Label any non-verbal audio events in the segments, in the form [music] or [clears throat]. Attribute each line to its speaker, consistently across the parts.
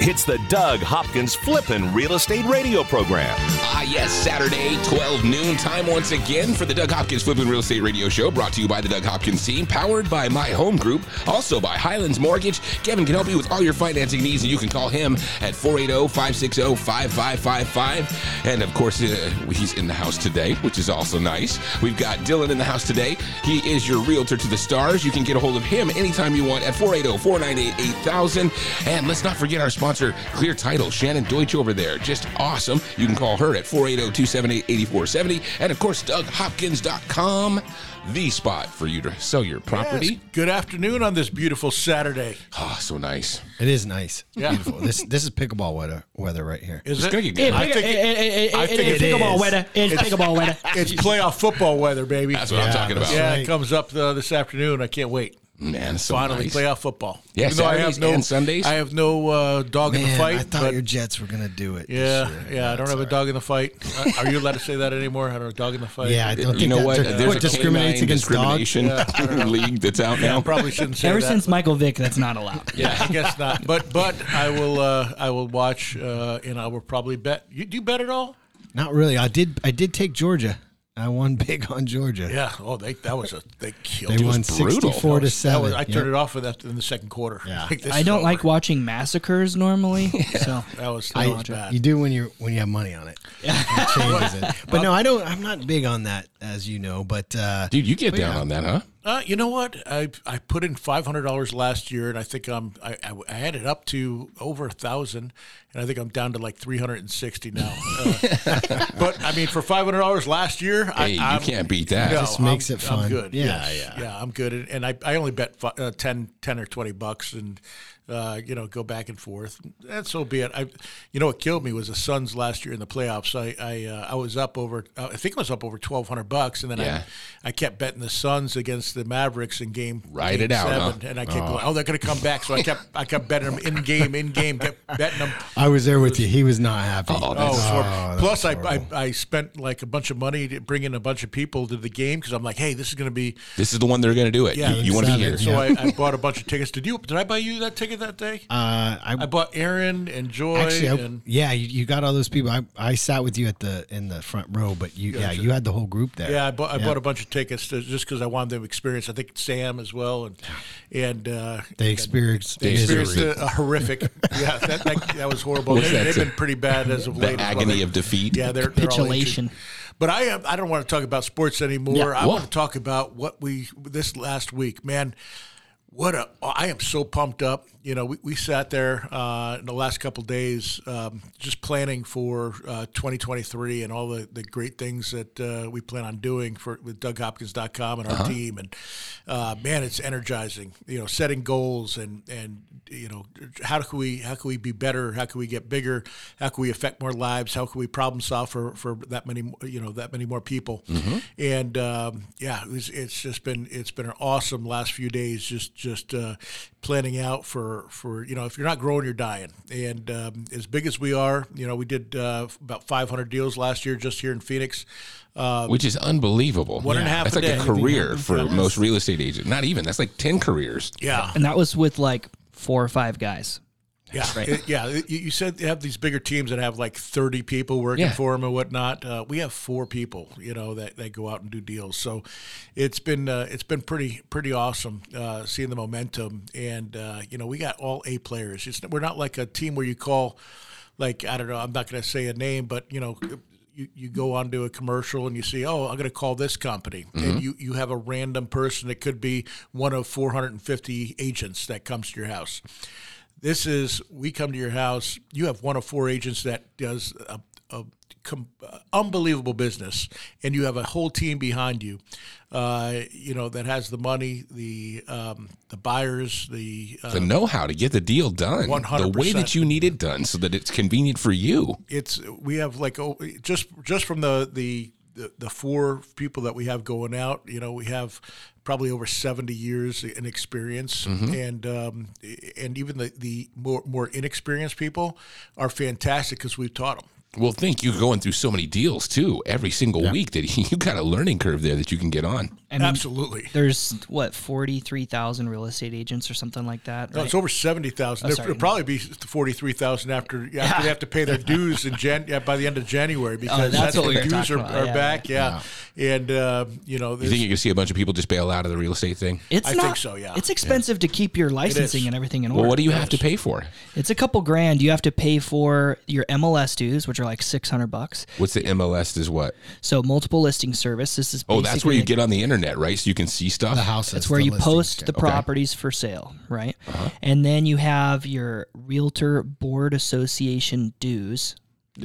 Speaker 1: It's the Doug Hopkins Flippin' Real Estate Radio Program.
Speaker 2: Ah, yes, Saturday, 12 noon. Time once again for the Doug Hopkins Flipping Real Estate Radio Show, brought to you by the Doug Hopkins team, powered by My Home Group, also by Highlands Mortgage. Kevin can help you with all your financing needs, and you can call him at oh, 480 560 5555. And of course, uh, he's in the house today, which is also nice. We've got Dylan in the house today. He is your realtor to the stars. You can get a hold of him anytime you want at oh, 480 498 8000. And let's not forget our sponsor, Clear Title, Shannon Deutsch over there. Just awesome. You can call her at oh, 480 278 8470. And of course, DougHopkins.com, the spot for you to sell your property.
Speaker 3: Yes. Good afternoon on this beautiful Saturday.
Speaker 2: Oh, so nice.
Speaker 4: It is nice. It's
Speaker 3: Yeah.
Speaker 4: beautiful. This this is pickleball weather weather right here.
Speaker 3: Is
Speaker 2: It's
Speaker 3: it?
Speaker 2: gonna get good.
Speaker 3: I
Speaker 5: It-
Speaker 3: think
Speaker 5: it- it-
Speaker 3: I
Speaker 5: it-
Speaker 3: think
Speaker 5: it's
Speaker 3: it
Speaker 5: pickleball
Speaker 4: is.
Speaker 5: weather. It's pickleball
Speaker 3: [laughs]
Speaker 5: weather.
Speaker 3: it's playoff football weather, baby.
Speaker 2: That's what I'm talking about.
Speaker 3: yeah,
Speaker 4: right.
Speaker 3: it comes up uh, this afternoon. I can't wait.
Speaker 2: Man, it's so
Speaker 3: Finally,
Speaker 2: nice.
Speaker 3: playoff football.
Speaker 2: Yeah,
Speaker 3: Even though I
Speaker 2: Saturdays
Speaker 3: have no
Speaker 2: and Sundays.
Speaker 3: I have no uh, dog in the
Speaker 4: Man,
Speaker 3: fight.
Speaker 4: I thought
Speaker 3: but-
Speaker 4: your Jets were gonna do it. this
Speaker 3: yeah,
Speaker 4: year.
Speaker 3: yeah, I don't
Speaker 4: it's
Speaker 3: have a
Speaker 4: all
Speaker 3: dog in the fight. Uh, Are you allowed to say that anymore? I don't have a dog in the
Speaker 4: right.
Speaker 3: fight.
Speaker 4: Yeah, I don't
Speaker 2: You
Speaker 4: think
Speaker 2: know
Speaker 4: that
Speaker 2: what?
Speaker 4: what
Speaker 2: There's a
Speaker 4: discriminates
Speaker 2: canine
Speaker 4: against dogs.
Speaker 2: discrimination [laughs] league that's out now.
Speaker 3: I probably shouldn't say
Speaker 5: Ever
Speaker 3: that.
Speaker 5: since Michael Vick, that's not allowed.
Speaker 3: I guess not. But but I will uh, I will watch uh, and I will probably bet. You do you bet at all?
Speaker 4: Not really. I did I did take Georgia. I won [laughs] big on Georgia.
Speaker 3: Yeah. Oh, they that was a they killed.
Speaker 4: They
Speaker 3: it.
Speaker 4: won
Speaker 2: was brutal.
Speaker 4: sixty four to
Speaker 3: That
Speaker 4: seven.
Speaker 3: was, I turned
Speaker 4: Yep.
Speaker 3: it off for that in the second quarter. [laughs]
Speaker 4: Yeah.
Speaker 3: this
Speaker 5: I
Speaker 3: is
Speaker 5: don't
Speaker 3: over.
Speaker 5: like watching massacres normally. So
Speaker 3: That was that
Speaker 4: I-
Speaker 3: was bad.
Speaker 4: you do when you when you have money
Speaker 3: [laughs]
Speaker 4: on it. It changes it. But no, I don't. I'm not big on that, as you know. But uh,
Speaker 2: Dude, you get down on that, huh?
Speaker 3: Uh, you know what? I I put in five hundred dollars last year, and I think I'm I, I, I had it up to over a thousand, and I think I'm down to like three hundred and sixty now. Uh, but I mean, for five hundred dollars last year, I,
Speaker 2: Hey, you
Speaker 3: I'm-
Speaker 2: can't beat that.
Speaker 3: No,
Speaker 4: Just makes
Speaker 3: I'm,
Speaker 4: it fun.
Speaker 3: I'm good.
Speaker 4: Yeah,
Speaker 3: Yes. yeah, I'm good, and, and I, I only bet fi- uh, 10, 10 or twenty bucks, and uh, you know go back and forth. And so be it. I, you know, what killed me was the Suns last year in the playoffs. I I, uh, I was up over, uh, I think I was up over twelve hundred bucks, and then
Speaker 2: Yeah.
Speaker 3: I I kept betting the Suns against the Mavericks in game
Speaker 2: Ride
Speaker 3: game
Speaker 2: it out,
Speaker 3: seven,
Speaker 2: huh?
Speaker 3: and I kept going, oh, they're going to come back. So I kept I kept betting them in game, in game, kept betting them.
Speaker 4: I was there with you. He was not
Speaker 2: [laughs]
Speaker 4: happy. Uh,
Speaker 2: Oh,
Speaker 3: Oh, it
Speaker 2: that's
Speaker 3: was horrible.
Speaker 4: that
Speaker 3: Plus,
Speaker 4: was
Speaker 3: I, I I spent like a bunch of money to bring in a bunch of people to the game because I'm like, hey, this is going to be.
Speaker 2: this is the one they're gonna do it.
Speaker 3: Yeah,
Speaker 2: you want to be
Speaker 4: seven.
Speaker 2: here.
Speaker 3: So I, I bought a bunch of tickets. Did you? Did I buy you that ticket that day?
Speaker 4: Uh, I,
Speaker 3: I bought Aaron and Joy
Speaker 4: Actually, I,
Speaker 3: and
Speaker 4: yeah, you, you got all those people. I, I sat with you at the in the front row, but you yeah, you had the whole group there.
Speaker 3: yeah, I bought, I bought a bunch of tickets to, just because I wanted them to experience. I think Sam as well and and uh,
Speaker 4: they experienced
Speaker 2: They
Speaker 4: misery.
Speaker 3: experienced a, a horrific. yeah, that, that, that was horrible.
Speaker 2: What's
Speaker 3: They,
Speaker 2: that
Speaker 3: have
Speaker 2: to-
Speaker 3: been pretty bad as of
Speaker 2: The
Speaker 3: late. as well.
Speaker 2: agony
Speaker 3: They-
Speaker 2: of defeat.
Speaker 3: Yeah, they're, they're all
Speaker 5: Capitulation.
Speaker 3: injured. But I am- I don't want to talk about sports anymore. I
Speaker 2: Whoa.
Speaker 3: want to talk about what we this last week, man. What a I am so pumped up. You know, we, we sat there uh, in the last couple days um, just planning for uh, 2023 and all the, the great things that uh, we plan on doing for with DougHopkins.com and our team. And uh, man, it's energizing. You know, setting goals and and you know how can we how can we be better? How can we get bigger? How can we affect more lives? How can we problem solve for for that many you know that many more people? And um, yeah, it was, it's just been it's been an awesome last few days. Just just uh, planning out for for you know if you're not growing, you're dying. And um, as big as we are, you know, we did uh, about 500 deals last year just here in Phoenix.
Speaker 2: which is unbelievable.
Speaker 3: One and a half
Speaker 2: That's
Speaker 3: a
Speaker 2: like a
Speaker 3: day.
Speaker 2: career for most real estate agents. Not even. That's like ten careers.
Speaker 3: Yeah,
Speaker 5: and that was with like four or five guys.
Speaker 3: Yeah, it- yeah. it- You you said they have these bigger teams that have like thirty people working
Speaker 2: Yeah.
Speaker 3: for them and whatnot. Uh, we have four people, you know, that, that go out and do deals. So it's been uh, it's been pretty pretty awesome uh, seeing the momentum. And uh, you know, we got all A players. It's, we're not like a team where you call, like I don't know, I'm not going to say a name, but you know, you, you go onto a commercial and you see, oh, I'm going to call this company. And you, you have a random person that could be one of 450 agents that comes to your house. This is, we come to your house, you have one of four agents that does a, a com- uh, unbelievable business, and you have a whole team behind you, uh, you know, that has the money, the, um, the buyers, the, uh,
Speaker 2: The know-how to get the deal done, the way
Speaker 3: 100%.
Speaker 2: that you need it done, so that it's convenient for you.
Speaker 3: it's we have like oh, just just from the the the- the four people that we have going out, you know, we have probably over 70 years in experience
Speaker 5: Mm-hmm.
Speaker 3: and um, and even the, the more more inexperienced people are fantastic because we've taught them
Speaker 2: Well, think you're going through so many deals too every single week that [laughs] you got a learning curve there that you can get on.
Speaker 5: I mean,
Speaker 3: absolutely
Speaker 5: There's what forty three thousand real estate agents or something like that.
Speaker 3: No,
Speaker 5: right? Oh,
Speaker 3: it's over seventy thousand. There'll
Speaker 5: sorry.
Speaker 3: probably be forty-three thousand after after they have to pay
Speaker 5: [laughs]
Speaker 3: their dues in Jan yeah, by the end of January because
Speaker 5: Oh, that's
Speaker 3: that's,
Speaker 5: what
Speaker 3: when
Speaker 5: we were
Speaker 3: dues
Speaker 5: talking
Speaker 3: are,
Speaker 5: about.
Speaker 3: are
Speaker 5: Yeah,
Speaker 3: back. Yeah, and uh, you know,
Speaker 2: You
Speaker 3: there's-
Speaker 2: think you can see a bunch of people just bail out of the real estate thing?
Speaker 5: It's
Speaker 3: I
Speaker 5: not,
Speaker 3: think so, yeah.
Speaker 5: It's expensive to keep your licensing and everything in order.
Speaker 2: Well, what do you have to pay for?
Speaker 5: It's a couple grand. You have to pay for your MLS dues, which are like six hundred bucks.
Speaker 2: What's the MLS is what?
Speaker 5: So multiple listing service. This is
Speaker 2: Oh, that's where
Speaker 5: basically
Speaker 2: you
Speaker 5: like-
Speaker 2: get on the internet, right? So you can see stuff.
Speaker 4: The houses.
Speaker 5: That's where
Speaker 4: the
Speaker 5: you
Speaker 4: listings,
Speaker 5: post
Speaker 4: yeah.
Speaker 5: the properties for sale, right? And then you have your realtor board association dues,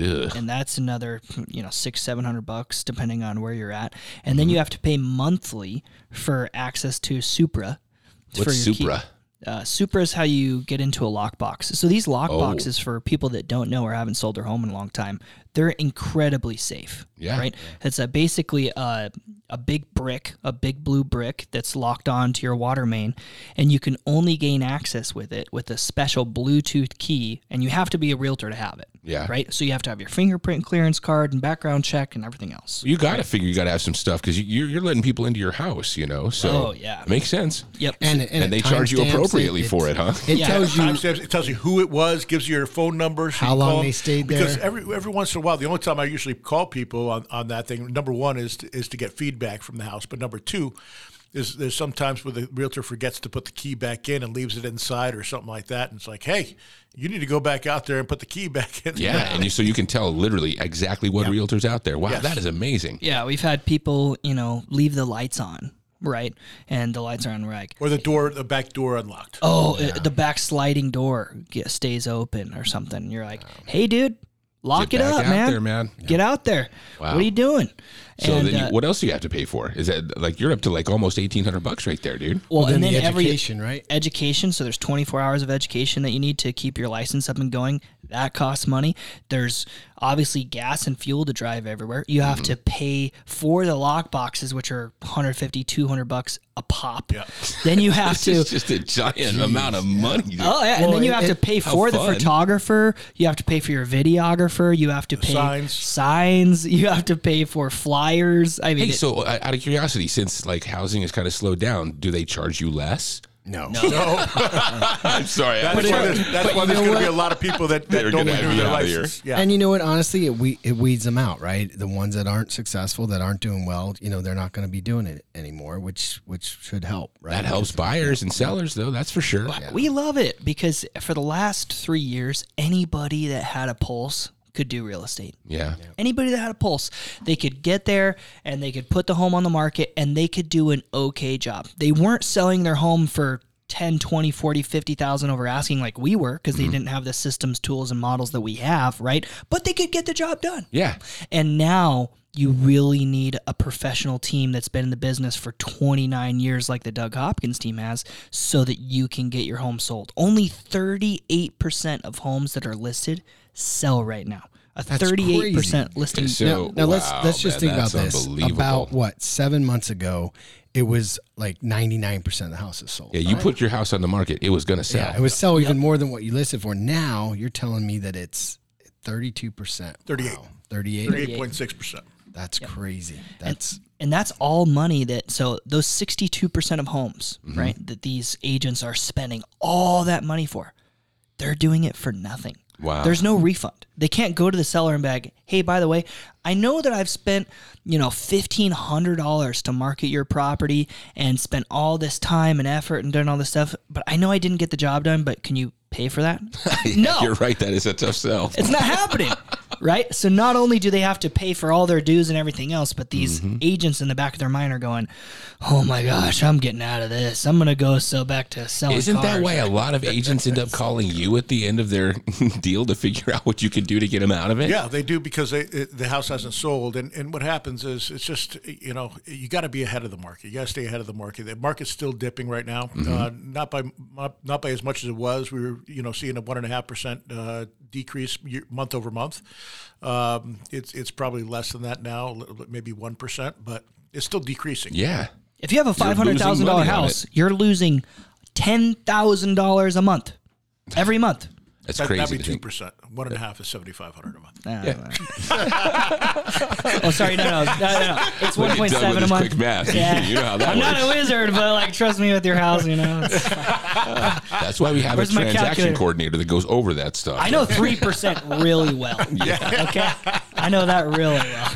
Speaker 2: Ugh.
Speaker 5: and that's another you know six seven hundred bucks depending on where you're at. And then you have to pay monthly for access to Supra. for
Speaker 2: What's
Speaker 5: your key-
Speaker 2: Supra?
Speaker 5: Uh, Supra is how you get into a lockbox. So these lockboxes,
Speaker 2: Oh.
Speaker 5: for people that don't know or haven't sold their home in a long time, they're incredibly safe.
Speaker 2: Yeah.
Speaker 5: Right. It's a, basically a a big brick, a big blue brick that's locked onto your water main, and you can only gain access with it with a special Bluetooth key, and you have to be a realtor to have it.
Speaker 2: Yeah.
Speaker 5: Right. So you have to have your fingerprint clearance card and background check and everything else.
Speaker 2: You got to figure you got to have some stuff because you, you're, you're letting people into your house, you know? So
Speaker 5: Oh, yeah.
Speaker 2: Makes sense.
Speaker 5: Yep.
Speaker 4: And, and,
Speaker 2: And
Speaker 4: it
Speaker 2: they charge you
Speaker 4: timestamps it.
Speaker 2: appropriately for it, huh?
Speaker 4: It
Speaker 5: Yeah.
Speaker 4: tells you
Speaker 3: timestamps. It tells you who it was, gives you your phone numbers,
Speaker 4: How
Speaker 3: you
Speaker 4: long
Speaker 3: call
Speaker 4: they
Speaker 3: them.
Speaker 4: stayed
Speaker 3: Because
Speaker 4: there.
Speaker 3: every every once in a while, the only time I usually call people on, on that thing, number one is to, is to get feedback from the house, but number two is there's sometimes where the realtor forgets to put the key back in and leaves it inside or something like that, and it's like, hey, you need to go back out there and put the key back in.
Speaker 2: Yeah. And you, so you can tell literally exactly what realtor's out there. Wow, that is amazing.
Speaker 5: yeah, we've had people, you know, leave the lights on, right? And the lights are on, we're like,
Speaker 3: [laughs] or the door, the back door unlocked.
Speaker 5: oh, uh, the back sliding door ge- stays open or something. You're like, hey, dude, lock
Speaker 2: Get
Speaker 5: it
Speaker 2: back
Speaker 5: up,
Speaker 2: out
Speaker 5: man.
Speaker 2: there, man.
Speaker 5: Get out there.
Speaker 2: Wow.
Speaker 5: What are you doing?
Speaker 2: So
Speaker 5: and,
Speaker 2: then you,
Speaker 5: uh,
Speaker 2: what else do you have to pay for? Is that like you're up to like almost 1800 bucks right there, dude?
Speaker 5: well,
Speaker 4: then
Speaker 5: and
Speaker 4: the
Speaker 5: then every
Speaker 4: education, right?
Speaker 5: education. So there's 24 hours of education that you need to keep your license up and going. That costs money. There's obviously gas and fuel to drive everywhere. You have
Speaker 2: Mm-hmm.
Speaker 5: to pay for the lock boxes, which are 150, 200 bucks a pop. Then you
Speaker 2: [laughs]
Speaker 5: have
Speaker 2: This
Speaker 5: to
Speaker 2: is just a giant amount of money. dude.
Speaker 5: Oh yeah, and
Speaker 4: Well,
Speaker 5: then you
Speaker 4: it-
Speaker 5: have to
Speaker 4: it-
Speaker 5: pay for the
Speaker 2: fun.
Speaker 5: photographer. You have to pay for your videographer. You have to pay
Speaker 3: signs.
Speaker 5: signs, [laughs] You have to pay for flyers. I mean,
Speaker 2: Hey,
Speaker 5: it-
Speaker 2: so uh, out of curiosity, since like housing is kind of slowed down, do they charge you less?
Speaker 4: No.
Speaker 2: [laughs]
Speaker 3: [laughs]
Speaker 2: I'm sorry. I-
Speaker 3: That's why
Speaker 4: it-
Speaker 3: there's, that's
Speaker 4: but
Speaker 3: why
Speaker 4: you
Speaker 3: there's
Speaker 4: know
Speaker 3: going to be
Speaker 4: what?
Speaker 3: a lot of people that,
Speaker 2: They're
Speaker 3: that don't
Speaker 2: gonna
Speaker 3: renew
Speaker 2: be
Speaker 3: their
Speaker 2: out of here.
Speaker 3: license. Yeah.
Speaker 4: And you know what? Honestly, it, we, it weeds them out, right? The ones that aren't successful, that aren't doing well, you know, they're not going to be doing it anymore, which which should help, right?
Speaker 2: that helps buyers and sellers, though. That's for sure.
Speaker 5: we love it because for the last three years, anybody that had a pulse could do real estate.
Speaker 2: Yeah.
Speaker 5: Anybody that had a pulse, they could get there and they could put the home on the market and they could do an okay job. They weren't selling their home for 10, 20, 40, 50,000 over asking like we were because they didn't have the systems, tools and models that we have, right? But they could get the job done.
Speaker 2: Yeah.
Speaker 5: And now you really need a professional team that's been in the business for 29 years, like the Doug Hopkins team has, so that you can get your home sold. Only 38% of homes that are listed sell right now. A 38% listing.
Speaker 2: So
Speaker 4: now let's
Speaker 2: wow,
Speaker 4: let's
Speaker 2: man,
Speaker 4: just think about
Speaker 2: that's
Speaker 4: this.
Speaker 2: unbelievable.
Speaker 4: About what seven months ago, it was like ninety nine percent of the houses sold.
Speaker 2: yeah, you put your house on the market, it was gonna sell.
Speaker 4: Yeah, it was sell even more than what you listed for. Now you're telling me that it's thirty two percent,
Speaker 3: 38.
Speaker 4: thirty eight.
Speaker 3: Thirty-eight point six percent.
Speaker 4: That's crazy. That's
Speaker 5: and that's all money that so those 62% of homes
Speaker 2: Mm-hmm.
Speaker 5: right that these agents are spending all that money for they're doing it for nothing
Speaker 2: Wow.
Speaker 5: there's no refund they can't go to the seller and beg hey by the way i know that i've spent you know $1500 to market your property and spent all this time and effort and done all this stuff but i know i didn't get the job done but can you pay for
Speaker 2: [laughs]
Speaker 5: that no
Speaker 2: You're right. That is a tough sell.
Speaker 5: it's not happening,
Speaker 2: [laughs]
Speaker 5: right? So not only do they have to pay for all their dues and everything else, but these
Speaker 2: Mm-hmm.
Speaker 5: agents in the back of their mind are going, "Oh my gosh, I'm getting out of this. I'm gonna go sell back to selling."
Speaker 2: Isn't that
Speaker 5: cars."
Speaker 2: why a lot of agents end up calling you at the end of their [laughs] deal to figure out what you can do to get them out of it?
Speaker 3: Yeah, they do because they, it, the house hasn't sold, and, and what happens is it's just you know you got to be ahead of the market. You got to stay ahead of the market. The market's still dipping right now,
Speaker 2: Mm-hmm.
Speaker 3: uh, not by not, not by as much as it was. We were you know seeing a one and a half percent uh, decrease year, month over month. Um, it's it's probably less than that now, a little bit- maybe one percent, but it's still decreasing.
Speaker 2: Yeah.
Speaker 5: If you have a five hundred thousand dollar
Speaker 2: money on
Speaker 5: house, you're losing ten thousand dollars a month, every month.
Speaker 2: That's
Speaker 3: That,
Speaker 2: crazy.
Speaker 3: that'd be
Speaker 2: to
Speaker 3: two
Speaker 2: think.
Speaker 3: percent. One and a half is seventy five hundred a month.
Speaker 5: Ah, well. [laughs] oh, sorry, no, no, no, no. no. It's
Speaker 2: Look
Speaker 5: one
Speaker 2: at
Speaker 5: point
Speaker 2: Doug with
Speaker 5: seven a
Speaker 2: his
Speaker 5: month.
Speaker 2: Quick math. you know how that
Speaker 5: I'm
Speaker 2: works.
Speaker 5: not a wizard, but like, trust me with your house,
Speaker 2: [laughs]
Speaker 5: you know. It's-
Speaker 2: That's why we have a
Speaker 5: Where's my
Speaker 2: transaction
Speaker 5: calculator?
Speaker 2: coordinator that goes over that stuff.
Speaker 5: I know three percent really
Speaker 3: [laughs]
Speaker 5: well. Okay, I know that really well.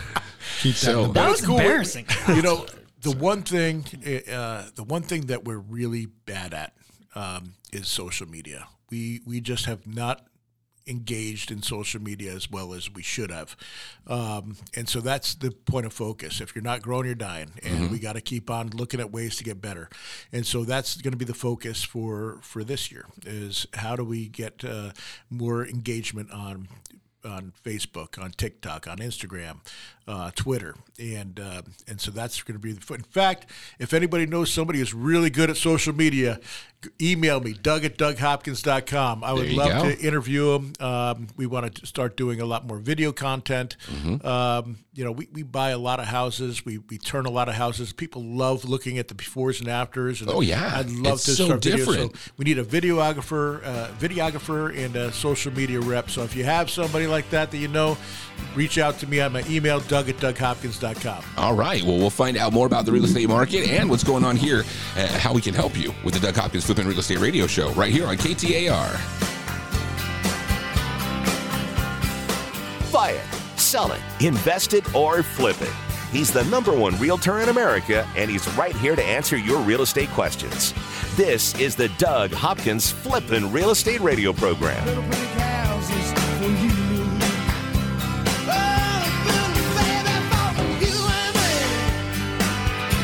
Speaker 2: So
Speaker 5: That
Speaker 3: It's
Speaker 5: was
Speaker 3: cool.
Speaker 5: embarrassing.
Speaker 3: You know, the one thing, uh, the one thing that we're really bad at um, is social media. We we just have not engaged in social media as well as we should have, um, and so that's the point of focus. If you're not growing, you're dying, and
Speaker 2: Mm-hmm.
Speaker 3: we got to keep on looking at ways to get better. And so that's going to be the focus for for this year is how do we get uh, more engagement on on Facebook, on TikTok, on Instagram, uh, Twitter, and uh, and so that's going to be the. fo- In fact, if anybody knows somebody who's really good at social media, g- email me Doug at DougHopkins.com. I would
Speaker 2: There you
Speaker 3: love
Speaker 2: go.
Speaker 3: to interview them. Um, we want to start doing a lot more video content.
Speaker 2: Mm-hmm.
Speaker 3: Um, you know, we, we buy a lot of houses. We, we turn a lot of houses. People love looking at the befores and afters. And
Speaker 2: Oh, yeah.
Speaker 3: I'd love
Speaker 2: It's
Speaker 3: to
Speaker 2: so
Speaker 3: start video.
Speaker 2: different.
Speaker 3: So we need a videographer, uh, videographer, and a social media rep. So if you have somebody like that that you know, reach out to me on my email, Doug at DougHopkins.com.
Speaker 2: All right. Well, we'll find out more about the real estate market and what's going on here, uh, how we can help you with the Doug Hopkins Flipping Real Estate Radio Show right here on KTAR.
Speaker 1: Buy it, sell it, invest it, or flip it. He's the number one realtor in America, and he's right here to answer your real estate questions. This is the Doug Hopkins Flippin' Real Estate Radio Program.
Speaker 6: Little brick houses for you. Oh, little baby, for you and me.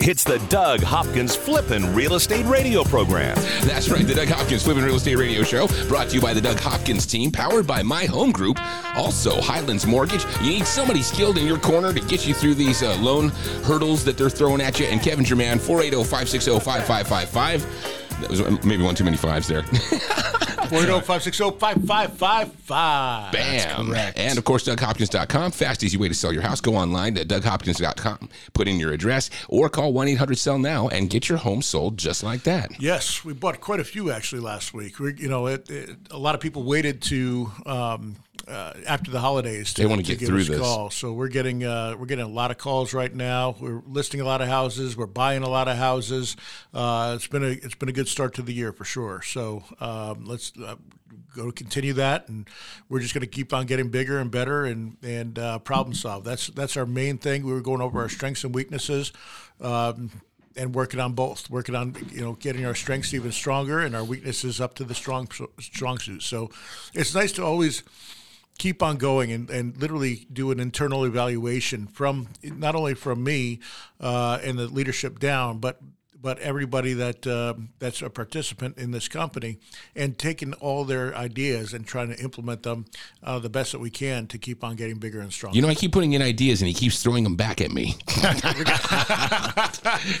Speaker 1: It's the Doug Hopkins Flippin' Real Estate Radio Program.
Speaker 2: That's right, the Doug Hopkins Flipping Real Estate Radio Show, brought to you by the Doug Hopkins team, powered by My Home Group, also Highlands Mortgage. You need somebody skilled in your corner to get you through these uh, loan hurdles that they're throwing at you. And Kevin German, oh, 480 560 5555. That was uh, maybe one too many fives there.
Speaker 3: 480
Speaker 2: Bam. And of course, DougHopkins.com. Fast, easy way to sell your house. Go online to DougHopkins.com, put in your address, or call 1 800 Sell Now and get your home sold just like that.
Speaker 3: Yes, we bought quite a few actually last week. We, you know, it, it, a lot of people waited to um, uh, after the holidays to,
Speaker 2: They wanna get
Speaker 3: give
Speaker 2: through
Speaker 3: us
Speaker 2: this.
Speaker 3: Call. So we're getting uh, we're getting a lot of calls right now. We're listing a lot of houses. We're buying a lot of houses. Uh, it's been a it's been a good start to the year for sure. So um, let's uh, go continue that, and we're just going to keep on getting bigger and better and and uh, problem solve. That's that's our main thing. We were going over our strengths and weaknesses. Um, and working on both, working on you know getting our strengths even stronger and our weaknesses up to the strong strong suit. So it's nice to always keep on going and, and literally do an internal evaluation from not only from me uh, and the leadership down, but but everybody that um that's a participant in this company and taking all their ideas and trying to implement them uh, the best that we can to keep on getting bigger and stronger.
Speaker 2: You know, I keep putting in ideas and he keeps throwing them back at me.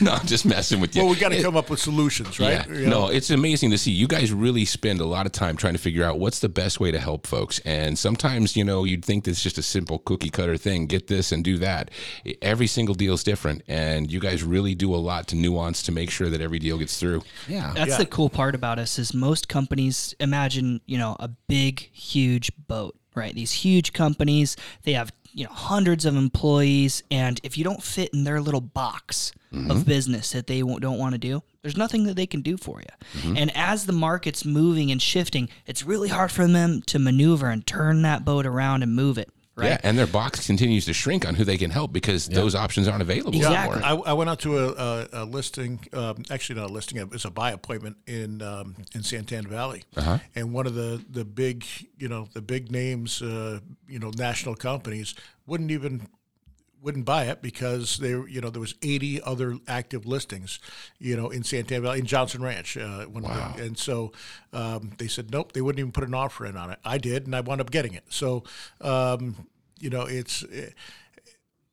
Speaker 2: no, I'm just messing with you.
Speaker 3: well, we got
Speaker 2: It-
Speaker 3: to come up with solutions, right?
Speaker 2: Yeah.
Speaker 3: You know?
Speaker 2: No, it's amazing to see. You guys really spend a lot of time trying to figure out what's the best way to help folks. And sometimes, you know, you'd think it's just a simple cookie cutter thing get this and do that. E, Every single deal is different. And you guys really do a lot to nuance to make sure that every deal gets through.
Speaker 4: Yeah.
Speaker 5: That's the cool part about us is most companies imagine, you know, a big, huge boat, right? These huge companies, they have, you know, hundreds of employees. And if you don't fit in their little box
Speaker 3: Mm-hmm.
Speaker 5: of business that they won't, don't want to do, there's nothing that they can do for you.
Speaker 3: Mm-hmm.
Speaker 5: And as the market's moving and shifting, it's really hard for them to maneuver and turn that boat around and move it, right?
Speaker 2: Yeah. And their box continues to shrink on who they can help because those options aren't available
Speaker 5: Exactly.
Speaker 2: anymore.
Speaker 3: I, I went out to a, a, a listing, um, actually not a listing, it was a buy appointment in um, in Santan Valley, and one of the the big, you know, the big names, uh, you know, national companies wouldn't even wouldn't buy it because they, you know, there was 80 other active listings, you know, in Santan Valley, in Johnson Ranch. Uh, one wow. and so um, they said, nope, they wouldn't even put an offer in on it. I did, and I wound up getting it. So, um, you know, it's eh,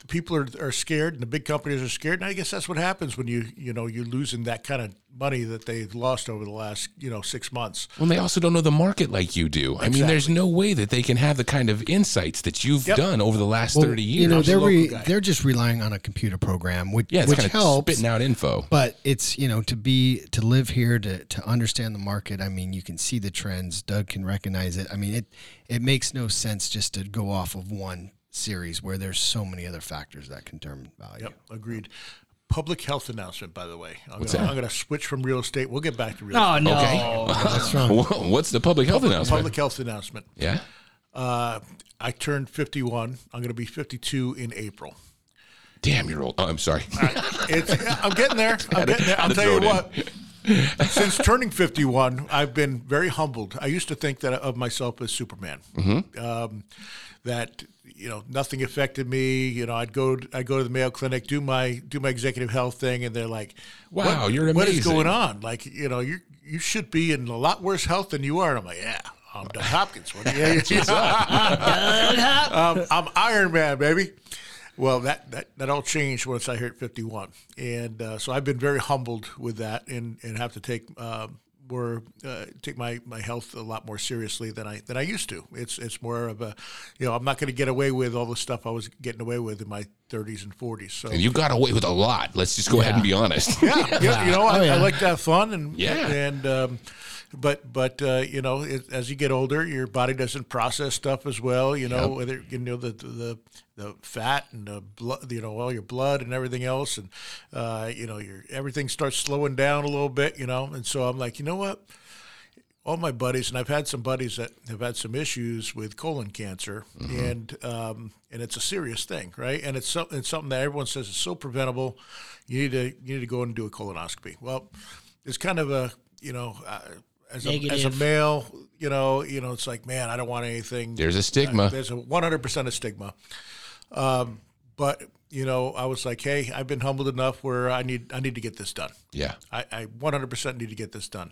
Speaker 3: people are, are scared and the big companies are scared and i guess that's what happens when you you know you're losing that kind of money that they've lost over the last you know six months
Speaker 2: Well, they also don't know the market like you do. I mean, there's no way that they can have the kind of insights that you've done over the last 30 years.
Speaker 4: You know, they're
Speaker 3: local
Speaker 4: re-
Speaker 3: guy.
Speaker 4: they're just relying on a computer program, which
Speaker 2: yeah, it's
Speaker 4: which
Speaker 2: kind of
Speaker 4: helps.
Speaker 2: spitting out info.
Speaker 4: But it's you know to be to live here to to understand the market. I mean, you can see the trends. Doug can recognize it. I mean, it it makes no sense just to go off of one series where there's so many other factors that can determine value.
Speaker 3: yep agreed public health announcement by the way i'm gonna, I'm gonna switch from real estate we'll get back to real
Speaker 5: Oh,
Speaker 3: estate
Speaker 2: [laughs]
Speaker 5: no.
Speaker 2: Whoa, What's the public health announcement?
Speaker 3: public health announcement
Speaker 2: Yeah.
Speaker 3: uh, i turned 51 i'm gonna be 52 in april
Speaker 2: Damn, you're old. Oh, I'm sorry.
Speaker 3: It's, I'm getting there. I'm getting there.
Speaker 2: had
Speaker 3: I'll
Speaker 2: to
Speaker 3: tell
Speaker 2: throw
Speaker 3: you
Speaker 2: it in.
Speaker 3: what. Since turning 51, I've been very humbled. I used to think that of myself as Superman.
Speaker 2: Mm-hmm.
Speaker 3: Um, that you know nothing affected me. You know, I'd go I would go to the Mayo Clinic, do my do my executive health thing, and they're like,
Speaker 2: Wow,
Speaker 3: what-
Speaker 2: you're
Speaker 3: What is
Speaker 2: amazing."
Speaker 3: going on? Like you know you you should be in a lot worse health than you are." And I'm like, "Yeah." I'm Doug Hopkins. What do you- [laughs] um, I'm Iron Man, baby. Well, that, that, that all changed once I hit 51. And uh, so I've been very humbled with that and, and have to take uh, more, uh, take my, my health a lot more seriously than I, than I used to. It's, it's more of a, you know, I'm not going to get away with all the stuff I was getting away with in my 30s and 40s. So,
Speaker 2: And you got away with a lot. Let's just go ahead and be honest.
Speaker 3: [laughs] yeah, you know- you know, I, I like to have fun and
Speaker 2: Yeah.
Speaker 3: and um, but but uh, you know, it, as you get older, your body doesn't process stuff as well. You know, whether you know the the the fat and the blood, you know, all your blood and everything else, and uh, you know, your everything starts slowing down a little bit. You know, and so I'm like, you know what. All my buddies, and I've had some buddies that have had some issues with colon cancer, and um, and it's a serious thing, right? And it's so, it's something that everyone says is so preventable. You need to you need to go and do a colonoscopy. Well, it's kind of a you know uh, as a, as a
Speaker 5: Negative.
Speaker 3: male, you know, you know, it's like man, I don't want anything.
Speaker 2: There's a stigma.
Speaker 3: There's a 100% of stigma. Um, but you know, I was like, hey, I've been humbled enough where I need I need to get this done.
Speaker 2: yeah.
Speaker 3: I, I 100% need to get this done.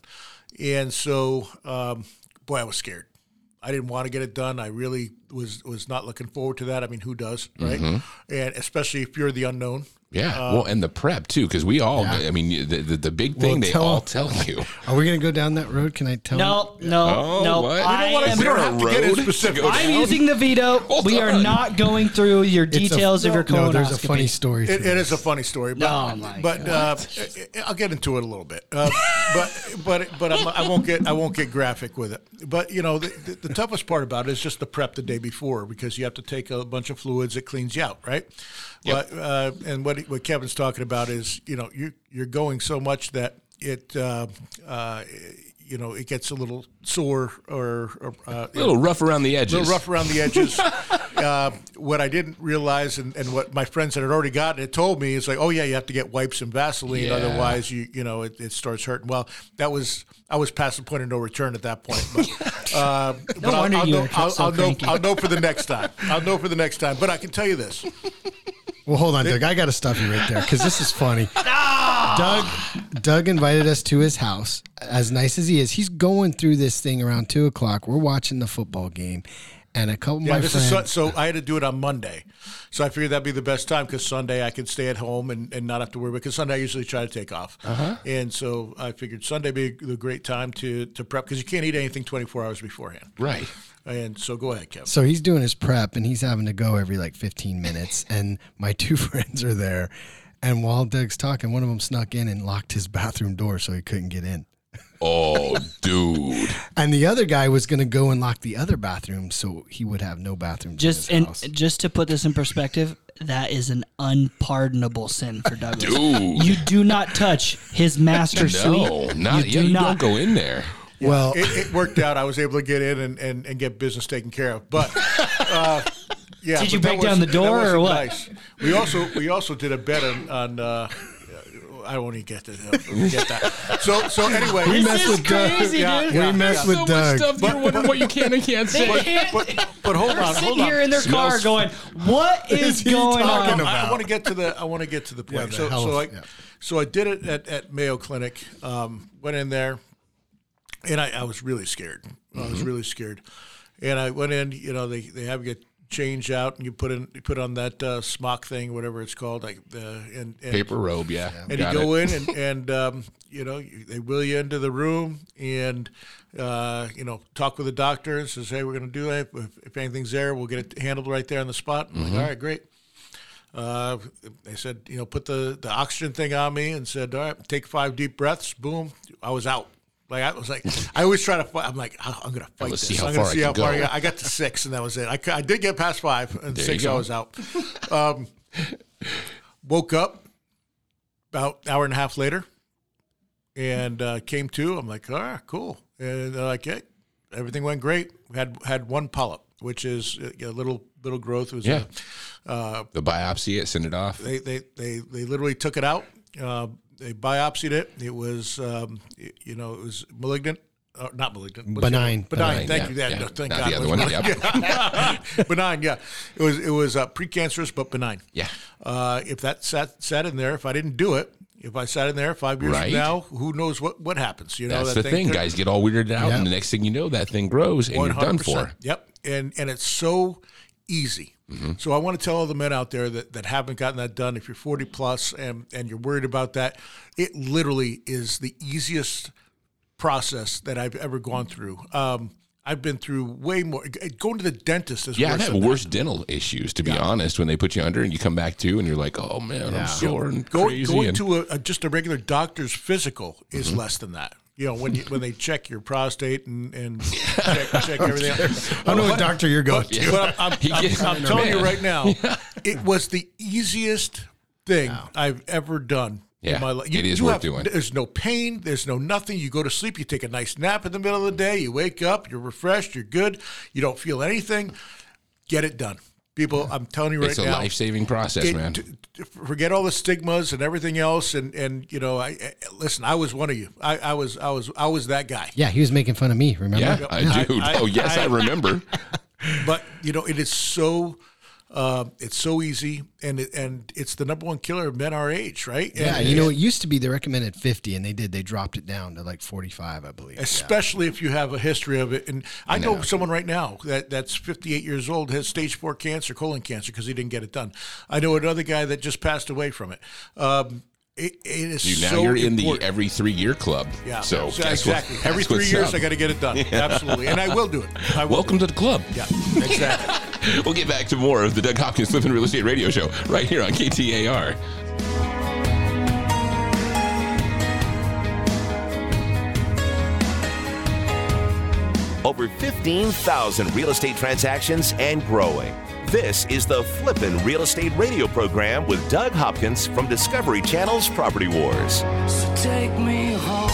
Speaker 3: And so, um, boy, I was scared. I didn't want to get it done. I really was was not looking forward to that. I mean, who does, right? And especially if you're the unknown,
Speaker 2: Yeah. well, and the prep too, because we all, I mean, the, the, the big thing
Speaker 4: Well,
Speaker 2: they
Speaker 4: tell
Speaker 2: all
Speaker 4: 'em.
Speaker 2: tell you.
Speaker 4: Are we going to go down that road? Can I tell?
Speaker 5: No, no,
Speaker 2: Oh,
Speaker 5: no.
Speaker 2: what? We don't
Speaker 5: I
Speaker 3: wanna-
Speaker 5: am
Speaker 3: we don't
Speaker 2: there
Speaker 3: have to get in
Speaker 2: [laughs]
Speaker 3: specific.
Speaker 2: go
Speaker 5: I'm
Speaker 2: down?
Speaker 5: using the veto.
Speaker 2: Hold
Speaker 5: we are
Speaker 2: on.
Speaker 5: not going through your
Speaker 4: It's a-
Speaker 5: details of your colonoscopy.
Speaker 4: No, there's a funny story. to
Speaker 3: It, it is a funny story, but,
Speaker 5: Oh, my
Speaker 3: but uh, I- I'll get into it a little bit. Uh, but but but I'm, I won't get I won't get graphic with it. But you know the, the, the toughest part about it is just the prep the day before because you have to take a bunch of fluids that cleans you out, right? But uh, and what what Kevin's talking about is you know you you're going so much that it. Uh, uh, you know, it gets a little sore or, or uh,
Speaker 2: A little rough around the edges.
Speaker 3: a little rough around
Speaker 5: [laughs]
Speaker 3: the edges. uh, what I didn't realize, and, and what my friends that had already gotten it told me, is like, oh yeah, you have to get wipes and Vaseline,
Speaker 2: Yeah.
Speaker 3: otherwise you you know it, it starts hurting. Well, that was I was past the point of no return at that point.
Speaker 5: [laughs]
Speaker 3: But, uh, no but I'll-
Speaker 5: wonder
Speaker 3: I'll,
Speaker 5: you
Speaker 3: know,
Speaker 5: were
Speaker 3: I'll,
Speaker 5: so
Speaker 3: I'll know
Speaker 5: cranky.
Speaker 3: I'll know for the next time. I'll know for the next time. But I can tell you this.
Speaker 4: Well, hold on, Doug. I got to stop you right there because this is funny.
Speaker 3: [laughs]
Speaker 4: Doug, Doug invited us to his house. As nice as he is, he's going through this thing around two o'clock. We're watching the football game, and a couple
Speaker 3: Yeah,
Speaker 4: of my
Speaker 3: this
Speaker 4: friends.
Speaker 3: is so, so I had to do it on Monday, so I figured that'd be the best time because Sunday I could stay at home and, and not have to worry because Sunday I usually try to take off,
Speaker 5: Uh-huh.
Speaker 3: and so I figured Sunday be the great time to to prep because you can't eat anything 24 hours beforehand.
Speaker 2: Right.
Speaker 3: And so go ahead, Kevin.
Speaker 4: So he's doing his prep and he's having to go every like 15 minutes. And my [laughs] two friends are there. And while Doug's talking, one of them snuck in and locked his bathroom door so he couldn't get in.
Speaker 2: Oh, dude.
Speaker 4: And the other guy was going to go and lock the other bathroom so he would have no bathroom.
Speaker 5: Just
Speaker 4: in
Speaker 5: and
Speaker 4: his house.
Speaker 5: just to put this in perspective, that is an unpardonable sin for Douglas.
Speaker 2: Dude.
Speaker 5: You do not touch his master
Speaker 2: No,
Speaker 5: suite.
Speaker 2: not
Speaker 5: you
Speaker 2: yeah,
Speaker 5: do
Speaker 2: you
Speaker 5: not.
Speaker 2: don't go in there.
Speaker 4: well,
Speaker 3: It, it worked out. I was able to get in and, and, and get business taken care of. But uh, yeah,
Speaker 5: Did you
Speaker 3: but that
Speaker 5: break down the
Speaker 3: that
Speaker 5: door or
Speaker 3: wasn't
Speaker 5: what?
Speaker 3: We also we also did a bet on. on uh, I won't even get to get that. So so anyway,
Speaker 4: We messed
Speaker 5: is
Speaker 4: with Doug.
Speaker 5: crazy,
Speaker 3: Yeah,
Speaker 5: dude.
Speaker 3: yeah.
Speaker 4: we messed with
Speaker 2: so
Speaker 4: Doug.
Speaker 2: much stuff. You're wondering what you can and can't say.
Speaker 3: but, but hold
Speaker 5: They're
Speaker 3: on,
Speaker 5: sitting
Speaker 3: hold on.
Speaker 5: here in their
Speaker 2: Smells-
Speaker 5: car going,
Speaker 2: [laughs]
Speaker 5: "What is,
Speaker 4: is he
Speaker 5: going
Speaker 4: talking
Speaker 5: on?"
Speaker 4: about?
Speaker 3: I, want to get to the. I want to get to the point.
Speaker 4: the
Speaker 3: so,
Speaker 4: health,
Speaker 3: so I,
Speaker 4: yeah.
Speaker 3: so I did it at, at Mayo Clinic. Um, went in there, and I, I was really scared. I was really scared, and I went in. You know, they they have you get change out, and you put in you put on that uh, smock thing, whatever it's called, like uh, and, and
Speaker 2: [laughs] Paper robe, yeah.
Speaker 3: and
Speaker 2: Got
Speaker 3: you go
Speaker 2: it. [laughs]
Speaker 3: in and, and um, you know you, they wheel you into the room and uh, you know talk with the doctor and says hey we're going to do that if, if anything's there we'll get it handled right there on the spot I'm
Speaker 2: Mm-hmm.
Speaker 3: like all right great uh, they said you know put the, the oxygen thing on me and said all right take five deep breaths boom I was out like I
Speaker 2: [laughs]
Speaker 3: was like I always try to fight I'm like "I- I'm going to fight
Speaker 2: Let's
Speaker 3: this
Speaker 2: see how
Speaker 3: I'm gonna
Speaker 2: far I
Speaker 3: see
Speaker 2: can
Speaker 3: how far
Speaker 2: go.
Speaker 3: I got I got to six and that was it I, cou- I did get past five and
Speaker 2: There you
Speaker 3: six I
Speaker 2: go.
Speaker 3: was out um, woke up about hour and a half later and uh, came to. I'm like, all right, cool. And they're like, yeah, everything went great. We had had one polyp, which is uh, a, a little little growth. It was a-
Speaker 2: Yeah. the biopsy it, send it off.
Speaker 3: they, they they they literally took it out. Uh, they biopsied it. It was um, y- you know it was malignant. Uh, not malignant. What's the other
Speaker 4: Benign.
Speaker 3: one?
Speaker 2: Benign,
Speaker 3: Benign. Thank
Speaker 2: yeah,
Speaker 3: you. That,
Speaker 2: yeah.
Speaker 3: no, thank
Speaker 2: Not
Speaker 3: God.
Speaker 2: the other
Speaker 3: it
Speaker 2: one,
Speaker 3: was Benign. [laughs] benign. Yeah. It was it was uh, precancerous but benign.
Speaker 2: Yeah.
Speaker 3: Uh, if that sat sat in there, if I didn't do it, if I sat in there five years
Speaker 2: Right.
Speaker 3: from now, who knows what what happens? You know
Speaker 2: That's
Speaker 3: that
Speaker 2: the thing.
Speaker 3: could-
Speaker 2: Guys get all weirded out,
Speaker 4: Yeah.
Speaker 2: and the next thing you know, that thing grows, and you're done
Speaker 3: 100%.
Speaker 2: for.
Speaker 3: Yep. And and it's so easy.
Speaker 2: Mm-hmm.
Speaker 3: So I want to tell all the men out there that, that haven't gotten that done. If you're 40 plus and and you're worried about that, it literally is the easiest process that I've ever gone through. Um, I've been through way more. Going to the dentist is
Speaker 2: Yeah, I've
Speaker 3: worse
Speaker 2: had
Speaker 3: than
Speaker 2: worse dental issues, to be honest, when they put you under and you come back to, and you're like, oh man, I'm sore and
Speaker 3: Go-
Speaker 2: crazy.
Speaker 3: going
Speaker 2: and- Mm-hmm.
Speaker 3: to a, a just a regular doctor's physical is less than that. You know when you, when they check your prostate
Speaker 2: [laughs]
Speaker 3: and and check, check everything.
Speaker 4: I don't know what doctor you're going to.
Speaker 3: But I'm, I'm,
Speaker 2: He
Speaker 3: I'm-
Speaker 2: gets
Speaker 3: I'm
Speaker 2: it,
Speaker 3: telling you
Speaker 2: man. [laughs]
Speaker 3: right now, it was the easiest thing I've ever done.
Speaker 2: Yeah,
Speaker 3: in my life.
Speaker 2: it is worth doing.
Speaker 3: There's no pain. There's no nothing. You go to sleep. You take a nice nap in the middle of the day. You wake up. You're refreshed. You're good. You don't feel anything. Get it done, people. I'm telling you right
Speaker 2: it's a
Speaker 3: now,
Speaker 2: life saving process,
Speaker 3: it-
Speaker 2: man.
Speaker 3: t- t- forget all the stigmas and everything else. And and you know, I, I listen. I was one of you. I, I was I was I was that guy.
Speaker 4: Yeah, he was making fun of me. Remember?
Speaker 2: yeah, I do.
Speaker 3: I- [laughs]
Speaker 2: oh yes, I,
Speaker 3: I-
Speaker 2: remember.
Speaker 3: But you know, it is so. Um, it's so easy, and it- and it's the number one killer of men our age, right?
Speaker 4: Yeah,
Speaker 3: And
Speaker 4: you know, it used to be they recommended 50, and they did. They dropped it down to like 45, I believe.
Speaker 3: especially if you have a history of it. And I, know, someone right now that, that's 58 years old has stage four cancer, colon cancer, because he didn't get it done. I know another guy that just passed away from it. Um, it, it is
Speaker 2: Dude, now
Speaker 3: so
Speaker 2: you're in the
Speaker 3: important.
Speaker 2: every three year club.
Speaker 3: yeah.
Speaker 2: So,
Speaker 3: So
Speaker 2: guess what-
Speaker 3: exactly. Every
Speaker 2: that's
Speaker 3: three
Speaker 2: what's
Speaker 3: years,
Speaker 2: up.
Speaker 3: I got to get it done. Absolutely, and I will do it. I will
Speaker 2: Welcome
Speaker 3: do
Speaker 2: to the club.
Speaker 3: it. yeah, exactly.
Speaker 2: We'll get back to more of the Doug Hopkins Flippin' Real Estate Radio Show right here on KTAR.
Speaker 1: Over 15,000 real estate transactions and growing. This is the Flippin' Real Estate Radio program with Doug Hopkins from Discovery Channel's Property Wars.
Speaker 7: Take me home.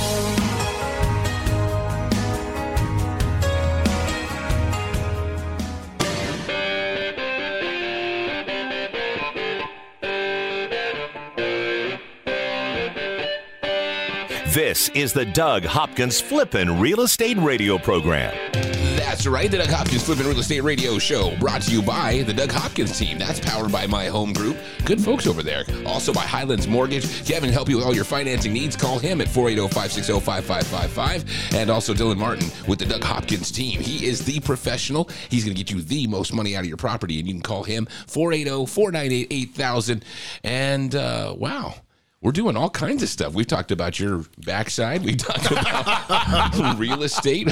Speaker 1: This is the Doug Hopkins Flippin' Real Estate Radio program.
Speaker 2: That's right, the Doug Hopkins Flippin' Real Estate Radio Show brought to you by the Doug Hopkins team. That's powered by My Home Group. Good folks over there. Also by Highlands Mortgage. Kevin help you with all your financing needs. Call him at oh, 480-560-5555. And also Dylan Martin with the Doug Hopkins team. He is the professional. He's going to get you the most money out of your property. And you can call him oh, 480-498-8000. And uh, wow. We're doing all kinds of stuff. We've talked about your backside. We talked about [laughs] real estate.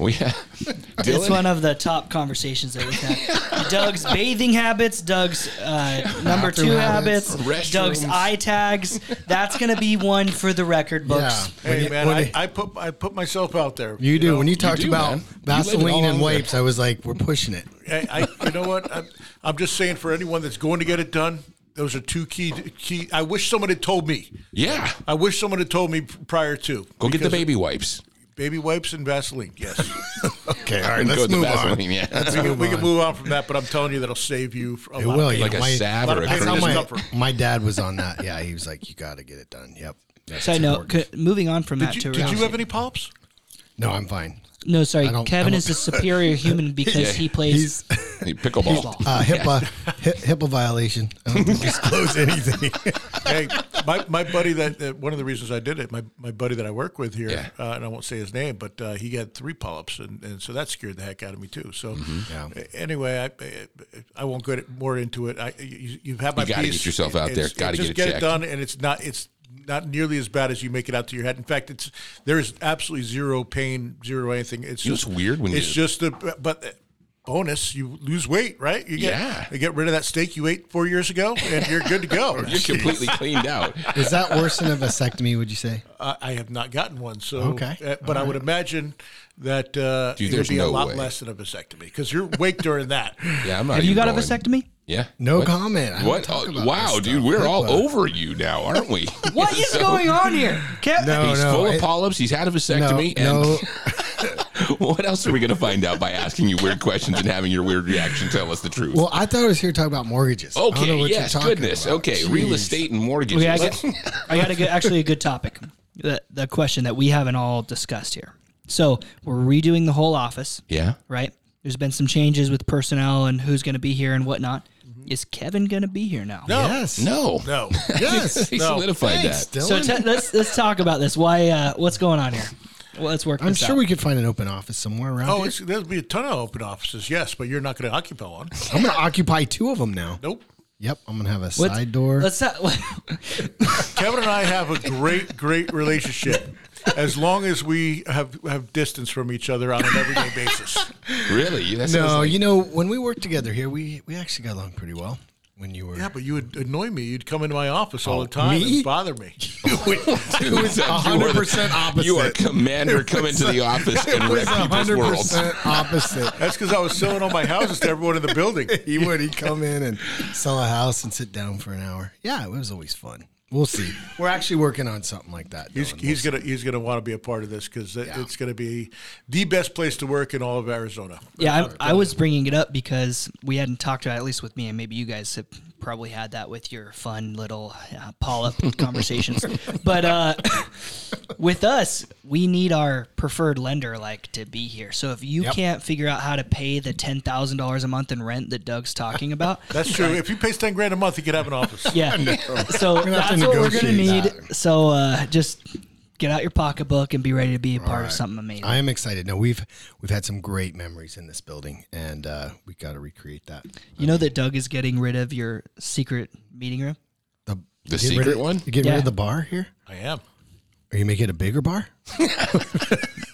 Speaker 2: We Dylan,
Speaker 5: It's one of the top conversations that we've had. Doug's bathing habits, Doug's uh, number two
Speaker 4: Bathroom
Speaker 5: habits,
Speaker 4: habits,
Speaker 5: Doug's
Speaker 2: restrooms.
Speaker 5: eye tags. That's going to be one for the record books.
Speaker 4: [laughs] When
Speaker 3: Hey
Speaker 4: you-
Speaker 3: man,
Speaker 4: when
Speaker 3: I,
Speaker 4: you-
Speaker 3: I put I put myself out there.
Speaker 4: you do. When you talked
Speaker 2: do, man.
Speaker 4: about
Speaker 2: You laid it all
Speaker 4: Vaseline
Speaker 2: out
Speaker 4: and
Speaker 2: there.
Speaker 4: wipes, I was like, we're pushing it.
Speaker 3: I, I, you know what? I'm, I'm just saying for anyone that's going to get it done, those are two key key. I wish someone had told me.
Speaker 2: Yeah.
Speaker 3: I wish someone had told me prior to.
Speaker 2: Go get the
Speaker 3: Because
Speaker 2: baby wipes.
Speaker 3: baby wipes and Vaseline.
Speaker 4: [laughs]
Speaker 3: Yes,
Speaker 4: Okay, [laughs] all right,
Speaker 2: And go
Speaker 4: let's
Speaker 2: with the
Speaker 4: move on.
Speaker 2: Vaseline, [laughs] yeah.
Speaker 4: Let's
Speaker 3: we, can,
Speaker 4: move
Speaker 3: we can
Speaker 4: on.
Speaker 3: move on from that, but I'm telling you that'll save you. A
Speaker 4: It
Speaker 3: lot
Speaker 4: will,
Speaker 3: of
Speaker 4: you
Speaker 2: Like
Speaker 4: know,
Speaker 2: a
Speaker 4: my,
Speaker 2: salve or a
Speaker 4: that's how
Speaker 2: cream.
Speaker 4: my,
Speaker 3: Discomfort.
Speaker 4: my dad was on that. Yeah, he was like, you got to get it done. Yep.
Speaker 5: Side note, c- moving on from
Speaker 3: Did
Speaker 5: that
Speaker 3: you,
Speaker 5: to
Speaker 3: did you
Speaker 5: arousal.
Speaker 3: have any polyps?
Speaker 4: No, I'm fine.
Speaker 5: No, sorry.
Speaker 4: I don't-
Speaker 5: Kevin
Speaker 4: I [laughs]
Speaker 5: is a
Speaker 4: don't-
Speaker 5: superior human because
Speaker 2: Yeah.
Speaker 5: he
Speaker 4: He's [laughs]
Speaker 5: plays.
Speaker 2: Hey, Pickleball.
Speaker 4: uh, HIPAA, hi- HIPAA violation. I don't [laughs] disclose anything.
Speaker 3: [laughs] hey, my, my buddy that, that one of the reasons I did it, my, my buddy that I work with here,
Speaker 2: Yeah.
Speaker 3: uh, and I won't say his name, but uh, he got three polyps, and, and so that scared the heck out of me too. So
Speaker 2: Mm-hmm.
Speaker 4: Yeah.
Speaker 3: a- anyway, I I won't get it more into it. I you, you've had my
Speaker 2: You gotta get
Speaker 3: piece.
Speaker 2: yourself out there.
Speaker 3: It's-
Speaker 2: Gotta
Speaker 3: just
Speaker 2: get it
Speaker 3: get
Speaker 2: checked.
Speaker 3: it done, and it's not it's not nearly as bad as you make it out to your head. In fact, it's there is absolutely zero pain, zero anything. It's
Speaker 2: You know,
Speaker 3: just
Speaker 2: it's weird when you-
Speaker 3: it's just the but. Bonus, you lose weight, right? You get,
Speaker 2: Yeah.
Speaker 3: You get rid of that steak you ate four years ago, and you're good to go.
Speaker 2: [laughs] You're completely cleaned out.
Speaker 4: Is that worse than a vasectomy, would you say?
Speaker 3: I I have not gotten one, so
Speaker 4: Okay.
Speaker 3: uh, but I would imagine that uh,
Speaker 2: Dude,
Speaker 3: it would
Speaker 2: there's
Speaker 3: be
Speaker 2: no
Speaker 3: a lot
Speaker 2: way.
Speaker 3: less than a vasectomy because you're awake during that.
Speaker 2: Yeah, I'm not.
Speaker 5: Have you
Speaker 2: even
Speaker 5: got a
Speaker 2: going.
Speaker 5: vasectomy?
Speaker 4: [laughs]
Speaker 2: Yeah.
Speaker 4: No
Speaker 2: What?
Speaker 4: comment. I don't
Speaker 2: What?
Speaker 4: talk
Speaker 2: Oh,
Speaker 4: about
Speaker 2: wow,
Speaker 4: this
Speaker 2: dude,
Speaker 4: stuff.
Speaker 2: we're all
Speaker 4: HIPAA.
Speaker 2: over you now, aren't we?
Speaker 5: [laughs] What is
Speaker 2: So,
Speaker 5: going on here? Kevin,
Speaker 4: No,
Speaker 2: He's
Speaker 4: Oh, no,
Speaker 2: full of
Speaker 4: it-
Speaker 2: polyps. He's had a
Speaker 4: No,
Speaker 2: vasectomy.
Speaker 4: no,
Speaker 2: And [laughs] what else are we going to find out by asking you weird questions and having your weird reaction tell us the truth?
Speaker 4: Well, I thought I was here to talk about mortgages. I don't know
Speaker 2: okay.
Speaker 4: what
Speaker 2: Yes.
Speaker 4: you're talking
Speaker 2: Goodness.
Speaker 4: about.
Speaker 2: Okay.
Speaker 4: Jeez.
Speaker 2: Real estate and mortgages.
Speaker 5: Okay, I got, I got a good, actually a good topic. The, the question that we haven't all discussed here. So we're redoing the whole office,
Speaker 2: [laughs] yeah.
Speaker 5: right? There's been some changes with personnel and who's going to be here and whatnot. Is Kevin going to be here now?
Speaker 3: No,
Speaker 4: Yes.
Speaker 2: No.
Speaker 3: no,
Speaker 4: [laughs] Yes.
Speaker 2: [laughs] He
Speaker 3: No.
Speaker 2: solidified
Speaker 4: Thanks,
Speaker 2: that.
Speaker 5: So
Speaker 4: Dylan.
Speaker 5: te- let's let's talk about this. Why? Uh, what's going on here? Well, let's work.
Speaker 4: I'm
Speaker 5: this
Speaker 4: sure
Speaker 5: out.
Speaker 4: we could find an open office somewhere around
Speaker 3: oh,
Speaker 4: here.
Speaker 3: it's, there'll be a ton of open offices, yes, but you're not going to occupy one.
Speaker 4: I'm going to occupy two of them now.
Speaker 3: Nope.
Speaker 4: Yep. I'm going to have a
Speaker 5: Let's-
Speaker 4: side door.
Speaker 5: Let's [laughs] not,
Speaker 3: Kevin and I have a great, great relationship. As long as we have have distance from each other on an everyday
Speaker 4: [laughs]
Speaker 3: basis,
Speaker 2: Really? That sounds
Speaker 4: No,
Speaker 2: like-
Speaker 4: you know, when we worked together here, we, we actually got along pretty well. When you
Speaker 2: [laughs]
Speaker 4: were
Speaker 3: yeah, but you would annoy me. You'd come into my office all the time
Speaker 4: Oh, me?
Speaker 3: and bother me.
Speaker 4: it [laughs]
Speaker 2: [laughs]
Speaker 4: was
Speaker 2: You are the-
Speaker 4: 100% opposite.
Speaker 2: You are commander coming to the office and
Speaker 4: it was
Speaker 2: wreck people's worlds.
Speaker 4: 100% opposite.
Speaker 3: [laughs]
Speaker 4: [laughs]
Speaker 3: That's because I was selling all my houses to everyone in the building.
Speaker 4: He would. He'd come in and sell a house and sit down for an hour. Yeah, it was always fun. We'll see. We're actually working on something like that.
Speaker 3: He's,
Speaker 4: Dylan.
Speaker 3: he's gonna he's gonna want to be a part of this because
Speaker 4: Yeah.
Speaker 3: it's gonna be the best place to work in all of Arizona.
Speaker 5: yeah, I, I was bringing it up because we hadn't talked about it, at least with me, and maybe you guys have probably had that with your fun little uh,
Speaker 4: [laughs]
Speaker 5: polyp conversations. But uh, [laughs] with us, we need our preferred lender like to be here. So if you can't figure out how to pay the ten thousand dollars a month in rent that Doug's
Speaker 4: [laughs]
Speaker 5: talking about,
Speaker 3: That's true. If you pays ten grand a month, you could have an office.
Speaker 5: yeah. [laughs] So
Speaker 4: gonna have to
Speaker 5: that's what we're gonna
Speaker 4: negotiate
Speaker 5: need.
Speaker 4: that.
Speaker 5: So uh, just get out your pocketbook and be ready to be a part of something amazing.
Speaker 4: I am excited. No, we've we've had some great memories in this building, and uh, we got to recreate that.
Speaker 5: you know that Doug is getting rid of your secret meeting room.
Speaker 4: The,
Speaker 2: The
Speaker 4: get rid
Speaker 2: secret
Speaker 4: of-
Speaker 2: one?
Speaker 4: You get rid
Speaker 5: Yeah.
Speaker 4: of the bar here,
Speaker 3: I am.
Speaker 4: or you make it a
Speaker 2: [laughs]
Speaker 4: bigger bar?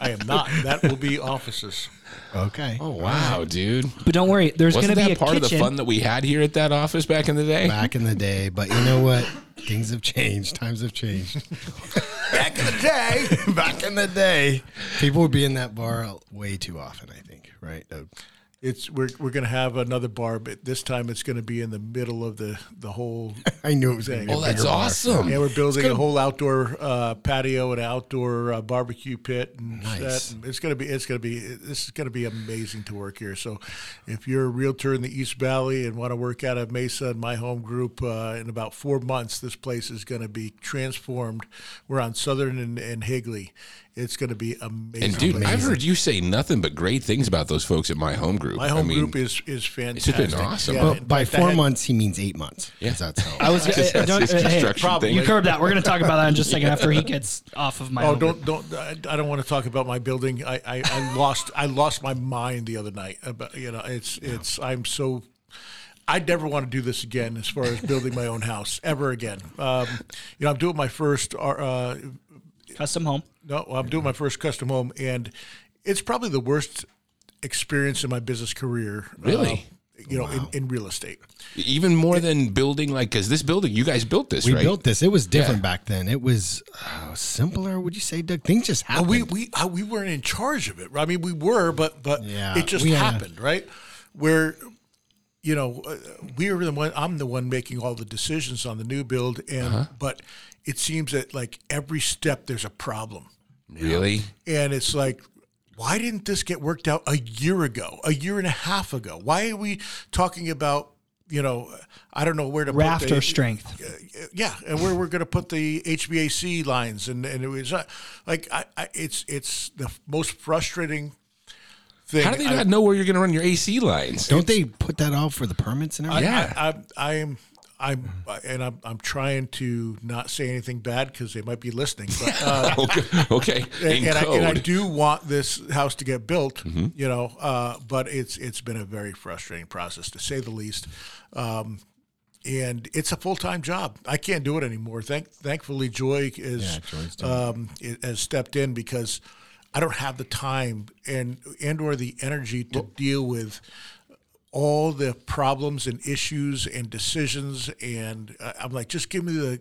Speaker 3: I am not. That will be offices.
Speaker 4: Okay.
Speaker 2: Oh wow, dude!
Speaker 5: But don't worry, there's
Speaker 2: Wasn't that
Speaker 5: gonna be a
Speaker 2: part
Speaker 5: kitchen.
Speaker 2: of the fun that we had here at that office back in the day?
Speaker 4: Back in the day, but you know what? Things have changed. Times
Speaker 2: [laughs]
Speaker 4: have changed.
Speaker 3: Back in the day.
Speaker 4: [laughs] Back in the day, people would be in that bar way too often. I think, right? Uh,
Speaker 3: It's we're we're gonna have another bar, but this time it's gonna be in the middle of the the whole.
Speaker 4: I knew it was. Gonna be a
Speaker 2: Oh, that's
Speaker 4: bigger bar.
Speaker 2: awesome!
Speaker 3: Yeah, we're building a whole outdoor uh, patio and outdoor uh, barbecue pit, and
Speaker 4: Nice.
Speaker 3: that. it's gonna be it's gonna be this is gonna be amazing to work here. So, if you're a realtor in the East Valley and want to work out of Mesa and my home group uh, in about four months, this place is gonna be transformed. We're on Southern and, and Higley. It's gonna be amazing.
Speaker 2: And dude,
Speaker 3: place.
Speaker 2: I've heard you say nothing but great things about those folks at my home group.
Speaker 3: my home
Speaker 2: I mean,
Speaker 3: group is is
Speaker 2: it's
Speaker 3: fantastic.
Speaker 2: just been awesome.
Speaker 3: Yeah,
Speaker 4: Well,
Speaker 3: in
Speaker 4: by
Speaker 3: fact, I
Speaker 4: four
Speaker 3: had-
Speaker 4: months, he means eight months. 'cause
Speaker 2: Yeah. [laughs]
Speaker 4: That's how.
Speaker 5: I was.
Speaker 2: Because
Speaker 5: uh,
Speaker 2: that's
Speaker 5: don't-
Speaker 2: his
Speaker 5: uh, hey,
Speaker 2: construction
Speaker 5: probably.
Speaker 2: thing.
Speaker 5: You curb that. We're going to talk about that in
Speaker 2: [laughs]
Speaker 5: just a second after he gets off of my.
Speaker 3: Oh,
Speaker 5: own group.
Speaker 3: don't don't! I, I don't want to talk about my building. I, I, I [laughs] lost I lost my mind the other night. About you know, it's it's I'm so. I never want to do this again as far as building my own house ever again. Um, you know, I'm doing my first uh,
Speaker 5: custom home.
Speaker 3: no, I'm doing my first custom home, and it's probably the worst experience in my business career.
Speaker 2: Really?
Speaker 3: uh, you know, in, in real estate.
Speaker 2: even more than building, like because this building you guys built this,
Speaker 4: We
Speaker 2: right?
Speaker 4: built this. It was different back then. It was uh, simpler, would you say, Doug? Things just
Speaker 3: Uh,
Speaker 4: happened.
Speaker 3: we we uh, we weren't in charge of it. I mean, we were, but but
Speaker 4: Yeah,
Speaker 3: it just
Speaker 4: we had a-
Speaker 3: happened, right? Where you know uh, we were the one. I'm the one making all the decisions on the new build, and
Speaker 4: Uh-huh.
Speaker 3: but it seems that like every step there's a problem,
Speaker 2: really?
Speaker 3: and it's like. Why didn't this get worked out a year ago, a year and a half ago? Why are we talking about, you know, I don't know where to put
Speaker 5: Rafter
Speaker 3: the-
Speaker 5: strength.
Speaker 3: yeah, and where we're going to put the HVAC lines, and and it was uh, like I, I, it's it's the most frustrating thing.
Speaker 2: How do they
Speaker 3: I-
Speaker 2: not know where you're going to run your AC lines?
Speaker 4: Don't they put that out for the permits and everything?
Speaker 2: yeah.
Speaker 3: I, I, I'm. I'm and I'm, I'm trying to not say anything bad because they might be listening. But,
Speaker 2: [laughs]
Speaker 3: uh,
Speaker 2: okay. okay. In
Speaker 3: [laughs] and, and I,
Speaker 2: code.
Speaker 3: and I do want this house to get built, you know. Uh, but it's it's been a very frustrating process to say the least. Um, and it's a full time job. I can't do it anymore. Thank thankfully, Joy is
Speaker 4: Joy's
Speaker 3: um, i- has stepped in because I don't have the time and and or the energy to deal with all the problems and issues and decisions and uh, I'm like just give me the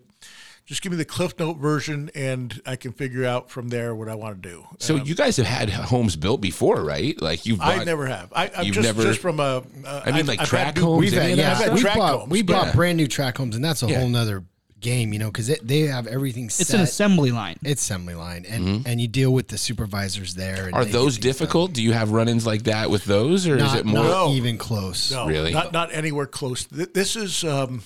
Speaker 3: just give me the cliff note version and I can figure out from there what I want to do.
Speaker 2: so you guys have had homes built before, right? Like you've
Speaker 3: I
Speaker 2: bought-
Speaker 3: never have. I, I'm
Speaker 2: You've
Speaker 3: just,
Speaker 2: never-
Speaker 3: just from a. Uh,
Speaker 2: I mean,
Speaker 3: I've-
Speaker 2: like
Speaker 3: I've
Speaker 2: track
Speaker 3: had new-
Speaker 2: homes.
Speaker 4: We've had,
Speaker 2: any of that
Speaker 4: yeah,
Speaker 3: I've had
Speaker 2: stuff?
Speaker 4: we
Speaker 3: track
Speaker 4: bought,
Speaker 3: homes,
Speaker 4: we bought
Speaker 2: yeah.
Speaker 4: brand new track homes, and that's a
Speaker 2: Yeah.
Speaker 4: whole nother game, you know, because they have everything set.
Speaker 5: It's an assembly line.
Speaker 4: It's assembly line, and, and you deal with the supervisors there.
Speaker 2: Mm-hmm.
Speaker 4: And
Speaker 2: Are
Speaker 4: they get
Speaker 2: those
Speaker 4: things done.
Speaker 2: difficult? Do you have run-ins like that with those, or is
Speaker 4: Not,
Speaker 2: it more?
Speaker 4: not
Speaker 3: No.
Speaker 4: even close.
Speaker 3: No,
Speaker 2: Really?
Speaker 3: not not anywhere close. Th- This is um,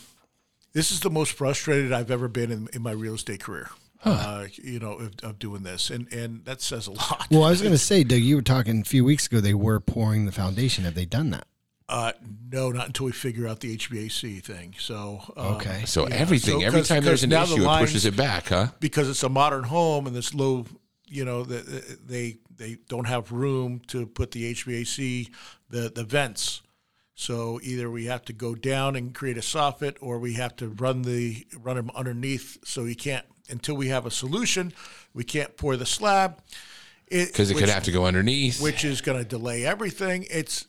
Speaker 3: this is the most frustrated I've ever been in, in my real estate career. Uh, you know, of, of doing this, and and that says a lot.
Speaker 4: Well, I was going to say, Doug, you were talking a few weeks ago. They were pouring the foundation. Have they done that?
Speaker 3: uh, no, not until we figure out the HVAC thing. So um,
Speaker 4: Okay.
Speaker 2: So everything,
Speaker 3: So
Speaker 2: every
Speaker 3: 'cause-
Speaker 2: time
Speaker 3: 'cause
Speaker 2: there's an
Speaker 3: now the
Speaker 2: issue, it
Speaker 3: lines-
Speaker 2: pushes it back, huh?
Speaker 3: because it's a modern home and this low, you know, the- the, they they don't have room to put the HVAC, the the vents. So either we have to go down and create a soffit, or we have to run the run them underneath. So we can't until we have a solution. We can't pour the slab
Speaker 2: Because it could have to go underneath.
Speaker 3: which is going to delay everything. It's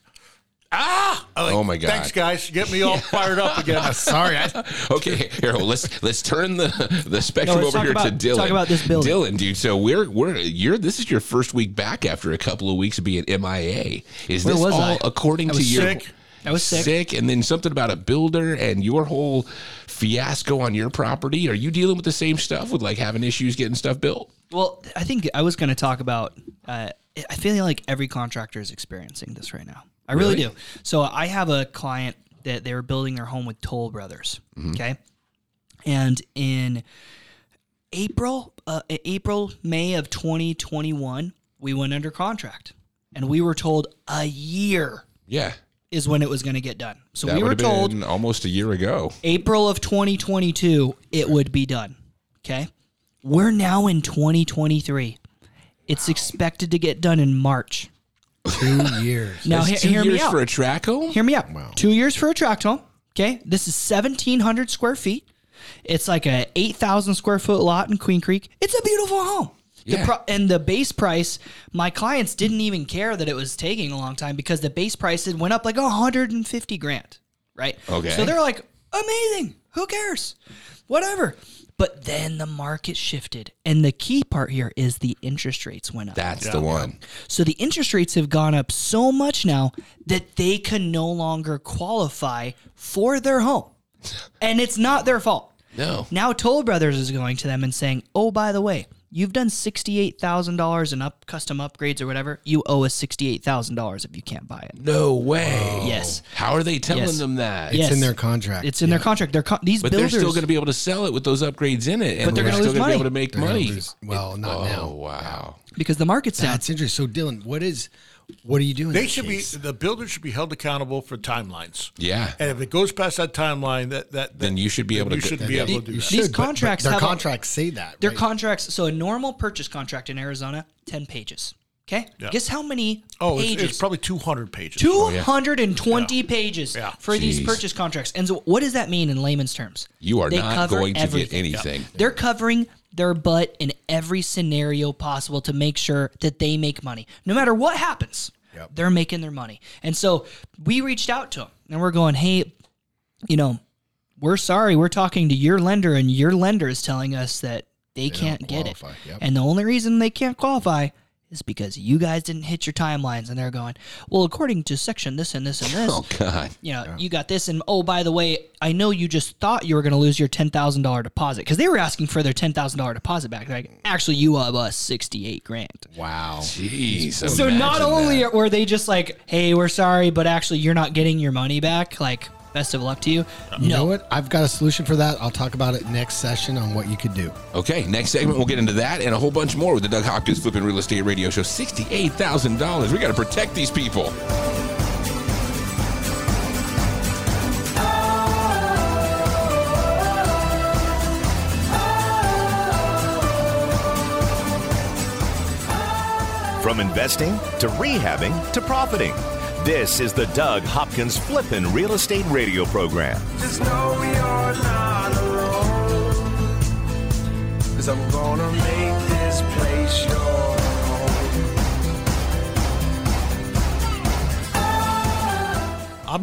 Speaker 3: ah, I'm like,
Speaker 2: Oh, my God.
Speaker 3: Thanks, guys, get me all fired up
Speaker 2: [laughs]
Speaker 3: again.
Speaker 4: Sorry,
Speaker 5: [laughs]
Speaker 4: I,
Speaker 2: okay, here hold- let's let's turn the the spectrum
Speaker 5: No, let's
Speaker 2: over
Speaker 5: talk
Speaker 2: here to
Speaker 5: about-
Speaker 2: Dylan.
Speaker 5: talk about this building.
Speaker 2: Dylan, dude. So we're we're you're this is your first week back after a couple of weeks being MIA. Is
Speaker 5: Where
Speaker 2: this
Speaker 5: was
Speaker 2: all
Speaker 5: I?
Speaker 2: according
Speaker 5: I
Speaker 2: to
Speaker 5: was
Speaker 2: your
Speaker 3: sick.
Speaker 5: I was sick.
Speaker 2: and then something about a builder and your whole fiasco on your property? Are you dealing with the same stuff with like having issues getting stuff built?
Speaker 5: Well, I think I was going to talk about. Uh, I feel like every contractor is experiencing this right now. I really, do. So I have a client that they were building their home with Toll Brothers.
Speaker 2: Mm-hmm.
Speaker 5: Okay, and in April, uh, April, May of 2021, we went under contract, and we were told a year
Speaker 2: Yeah.
Speaker 5: is when it was going to get done. So
Speaker 2: That
Speaker 5: we were
Speaker 2: would
Speaker 5: told
Speaker 2: have been almost a year ago.
Speaker 5: April of 2022, it would be done. Okay. We're now in 2023. It's expected to get done in March.
Speaker 4: Two years.
Speaker 5: Now,
Speaker 2: That's two
Speaker 5: he- hear me
Speaker 2: years
Speaker 5: out.
Speaker 2: for a track home?
Speaker 5: hear me out. Two years for a tract home. Okay. This is 1,700 square feet. It's like a 8,000 square foot lot in Queen Creek. It's a beautiful home. The
Speaker 2: Yeah.
Speaker 5: pro- and the base price, my clients didn't even care that it was taking a long time because the base price had went up like 150 grand, right?
Speaker 2: Okay.
Speaker 5: So they're like, amazing. Who cares? Whatever. But then the market shifted. And the key part here is the interest rates went up.
Speaker 2: That's the one.
Speaker 5: So the interest rates have gone up so much now that they can no longer qualify for their home. And it's not their fault.
Speaker 2: No.
Speaker 5: Now Toll Brothers is going to them and saying, "Oh, by the way, you've done sixty-eight thousand dollars in up custom upgrades or whatever. You owe us sixty-eight thousand dollars if you can't buy it."
Speaker 2: No way.
Speaker 5: Yes.
Speaker 2: How are they telling
Speaker 5: Yes.
Speaker 2: them that?
Speaker 5: Yes.
Speaker 4: It's in their contract.
Speaker 5: It's in their contract. Their con- these
Speaker 2: But
Speaker 5: builders
Speaker 2: they're still going to be able to sell it with those upgrades in it, and
Speaker 5: But they're
Speaker 2: we're
Speaker 5: gonna
Speaker 2: still gonna
Speaker 5: lose
Speaker 2: be
Speaker 5: money.
Speaker 2: able to make
Speaker 4: They're gonna
Speaker 2: money.
Speaker 4: lose- well, not
Speaker 2: oh,
Speaker 4: now.
Speaker 2: wow.
Speaker 5: because the market's down.
Speaker 4: That's interesting. So Dylan, what is what are you doing? in
Speaker 3: They
Speaker 4: that
Speaker 3: should
Speaker 4: case?
Speaker 3: be the builder should be held accountable for timelines.
Speaker 2: Yeah.
Speaker 3: And if it goes past that timeline, that that
Speaker 2: Then you should be able to
Speaker 3: you
Speaker 2: go-
Speaker 3: should
Speaker 2: then
Speaker 3: be able to do
Speaker 4: You
Speaker 3: that.
Speaker 4: should,
Speaker 5: These
Speaker 4: but- but
Speaker 5: contracts
Speaker 4: their
Speaker 5: have a-
Speaker 4: contracts say that.
Speaker 5: Their
Speaker 4: right?
Speaker 5: contracts. So a normal purchase contract in Arizona, ten pages. Okay,
Speaker 3: Yeah.
Speaker 5: guess how many
Speaker 3: Oh,
Speaker 5: pages?
Speaker 3: it's, it's probably two hundred pages.
Speaker 5: 220 pages
Speaker 3: Oh, Yeah.
Speaker 5: for these
Speaker 2: Jeez.
Speaker 5: purchase contracts. And so, what does that mean in layman's terms?
Speaker 2: You are
Speaker 5: They
Speaker 2: not
Speaker 5: cover
Speaker 2: going to
Speaker 5: everything.
Speaker 2: get anything.
Speaker 5: They're covering their butt in every scenario possible to make sure that they make money. No matter what happens, they're making their money. And so, we reached out to them and we're going, hey, you know, we're sorry, we're talking to your lender, and your lender is telling us that they, can't get it.
Speaker 4: qualify, yep.
Speaker 5: And the only reason they can't qualify is because you guys didn't hit your timelines. And they're going, well, according to section this and this and this,
Speaker 2: [laughs] Oh God.
Speaker 5: you know, you got this. And oh, by the way, I know you just thought you were going to lose your $10,000 deposit because they were asking for their $10,000 deposit back. They're like, actually, you owe us 68 grand.
Speaker 4: Wow.
Speaker 2: Jeez.
Speaker 5: So not only were they just like, hey, we're sorry, but actually, you're not getting your money back. Like, best of luck to you.
Speaker 4: You know what? I've got a solution for that. I'll talk about it next session on what you could do.
Speaker 2: Okay, next segment we'll get into that and a whole bunch more with the Doug Hopkins Flipping Real Estate Radio Show. Sixty-eight thousand dollars. We got to protect these people.
Speaker 1: From investing to rehabbing to profiting. This is the Doug Hopkins Flippin' Real Estate Radio Program.
Speaker 7: Just know you're not alone. Cause I'm gonna make this place your home.
Speaker 3: I'm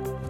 Speaker 4: With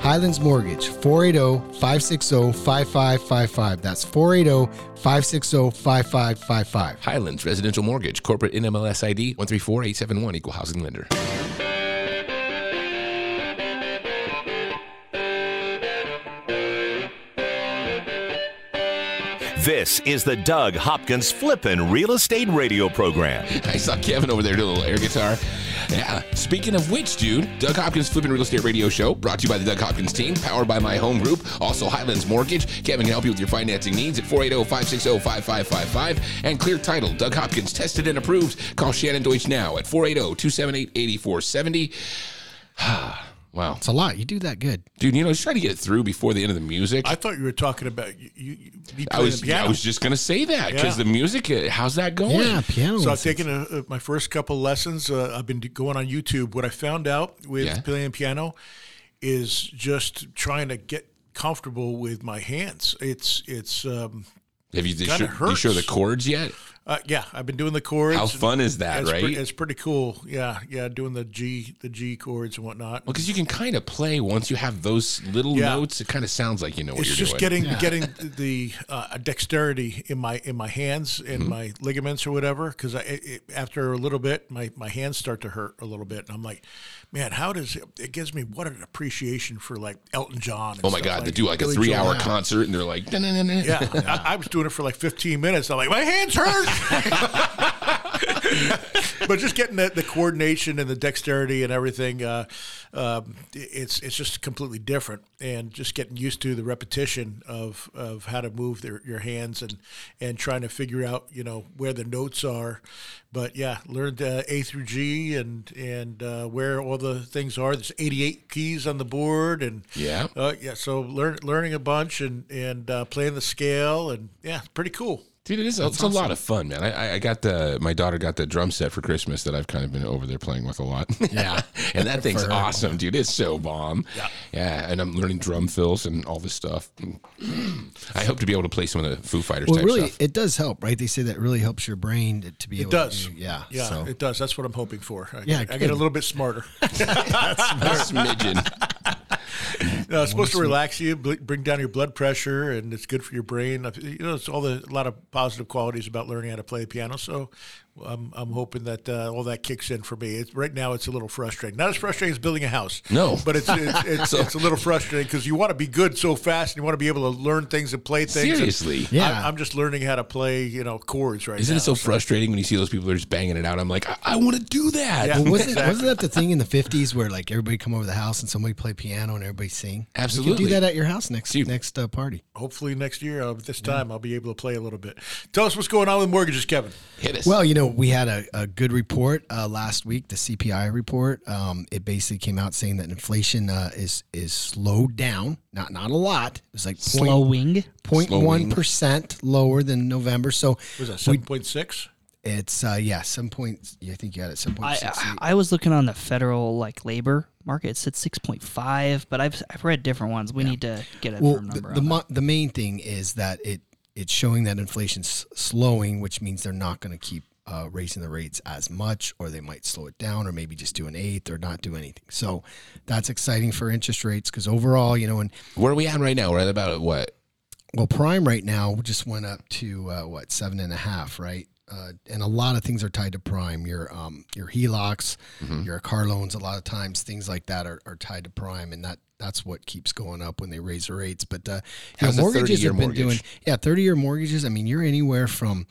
Speaker 4: Highlands Mortgage, oh, 480 560 5555. That's oh, 480 560 5555.
Speaker 2: Highlands Residential Mortgage, corporate NMLS ID 134871, equal housing lender.
Speaker 1: This is the Doug Hopkins Flippin' Real Estate Radio Program.
Speaker 2: I saw Kevin over there doing a little air guitar. Yeah. Speaking of which, dude, Doug Hopkins Flipping Real Estate Radio Show, brought to you by the Doug Hopkins team, powered by my home group, also Highlands Mortgage. Kevin can help you with your financing needs at oh, 480-560-5555. And clear title, Doug Hopkins, tested and approved. Call Shannon Deutsch now at oh, 480-278-8470. [sighs] wow.
Speaker 4: It's a lot. You do that good.
Speaker 2: Dude, you know, just try to get it through before the end of the music.
Speaker 3: I thought you were talking about you. you, you me
Speaker 2: I
Speaker 3: playing
Speaker 2: was,
Speaker 3: the piano.
Speaker 2: I was just going to say that because
Speaker 3: Yeah.
Speaker 2: the music, uh, how's that going?
Speaker 4: Yeah,
Speaker 2: Oh,
Speaker 4: piano.
Speaker 3: So I've
Speaker 4: lessons.
Speaker 3: taken uh, uh, my first couple lessons. Uh, I've been d- going on YouTube. What I found out with
Speaker 2: Yeah.
Speaker 3: playing piano is just trying to get comfortable with my hands. It's it's um,
Speaker 2: Have you, you,
Speaker 3: Kinda
Speaker 2: sure, you sure the
Speaker 3: hurts.
Speaker 2: chords yet?
Speaker 3: uh, yeah. I've been doing the chords.
Speaker 2: How fun is that,
Speaker 3: It's
Speaker 2: right?
Speaker 3: pre- it's pretty cool. Yeah, yeah. Doing the G the G chords and whatnot.
Speaker 2: Well, because you can kind of play once you have those little
Speaker 3: Yeah.
Speaker 2: notes. It kind of sounds like you know what
Speaker 3: it's
Speaker 2: you're
Speaker 3: just
Speaker 2: doing.
Speaker 3: getting getting the uh, dexterity in my in my hands and
Speaker 2: Mm-hmm.
Speaker 3: my ligaments or whatever because I it, it- after a little bit my my hands start to hurt a little bit and I'm like man how does it, it gives me what an appreciation for like Elton John and
Speaker 2: oh my
Speaker 3: stuff
Speaker 2: god,
Speaker 3: like
Speaker 2: they do like a
Speaker 3: Billy
Speaker 2: three
Speaker 3: Joel.
Speaker 2: hour concert and they're like, "Dun-dun-dun-dun."
Speaker 3: yeah I, I was doing it for like 15 minutes I'm like my hands hurt but just getting the, the coordination and the dexterity and everything uh, um, i- it's it's just completely different and just getting used to the repetition of of how to move their, your hands and and trying to figure out you know where the notes are but yeah learned uh, a through g and and uh, where all the things are there's 88 keys on the board and
Speaker 2: Yeah.
Speaker 3: uh, yeah so learn, learning a bunch and and uh, playing the scale and yeah it's pretty cool
Speaker 2: [laughs] dude, it is. it's a lot of fun, man. I- I, I got the my daughter got the drum set for Christmas that I've kind of been over there playing with a lot. [laughs] Yeah, and that thing's awesome, dude. It's so bomb. Yeah, yeah. And I'm learning drum fills and all this stuff. [clears throat] I hope to be able to play some of the Foo Fighters
Speaker 4: Well,
Speaker 2: type
Speaker 4: really,
Speaker 2: stuff.
Speaker 4: it does help, right? They say that really helps your brain to, to be able
Speaker 3: It does.
Speaker 4: to do. Yeah.
Speaker 3: Yeah,
Speaker 4: So.
Speaker 3: it does. That's what I'm hoping for. I,
Speaker 4: Yeah,
Speaker 3: I get
Speaker 4: good.
Speaker 3: a little bit smarter. [laughs]
Speaker 2: Smidgen.
Speaker 3: No, it's supposed to relax you, bl- bring down your blood pressure, and it's good for your brain. I've- You know, it's all the a lot of positive qualities about learning how to play the piano. So, I'm I'm hoping that uh, all that kicks in for me. It's, right now, it's a little frustrating. Not as frustrating as building a house.
Speaker 2: No.
Speaker 3: but it's it's, it's, it's a little frustrating because you want to be good so fast, and you want to be able to learn things and play things. And
Speaker 2: Seriously.
Speaker 4: Yeah.
Speaker 3: I, I'm just learning how to play, you know, chords right
Speaker 2: Isn't
Speaker 3: now.
Speaker 2: it so frustrating when you see those people that are just banging it out? I'm like, I, I want to do that.
Speaker 3: Yeah.
Speaker 4: Well, wasn't, wasn't that the thing in the 50s where like everybody come over the house and somebody play piano and everybody sing? You
Speaker 2: Absolutely.
Speaker 4: could do that at your house next
Speaker 2: Dude.
Speaker 4: next uh, party.
Speaker 3: Hopefully next year, uh, this time, I'll be able to play a little bit. Tell us what's going on with mortgages, Kevin.
Speaker 2: Hit us.
Speaker 4: Well, you know, we had a, a good report uh, last week, the CPI report. Um, it basically came out saying that inflation uh, is is slowed down, not not a lot. It was like point
Speaker 5: Slowing.
Speaker 4: point one percent lower than November. So
Speaker 3: Was that seven point six?
Speaker 4: it's uh, yeah, some point. I think you had it seven point
Speaker 5: I,
Speaker 4: six.
Speaker 5: I I was looking on the federal like labor market. It said six point five, but I've I've read different ones. We need to get a
Speaker 4: Well,
Speaker 5: firm
Speaker 4: the,
Speaker 5: number.
Speaker 4: the,
Speaker 5: on that.
Speaker 4: mo- the main thing is that it it's showing that inflation's slowing, which means they're not going to keep uh, raising the rates as much, or they might slow it down, or maybe just do an eighth, or not do anything. So that's exciting for interest rates because overall, you know, and
Speaker 2: Where are we at right now? We're at about what?
Speaker 4: well, prime right now just went up to uh, what seven and a half, right? Uh, and a lot of things are tied to prime. Your um, your HELOCs,
Speaker 2: Mm-hmm.
Speaker 4: your car loans. A lot of times, things like that are, are tied to prime, and that that's what keeps going up when they raise the rates. But uh, you know,
Speaker 2: How's the
Speaker 4: mortgages
Speaker 2: 30-year
Speaker 4: have been doing
Speaker 2: mortgage?
Speaker 4: yeah, thirty year mortgages. I mean, you're anywhere from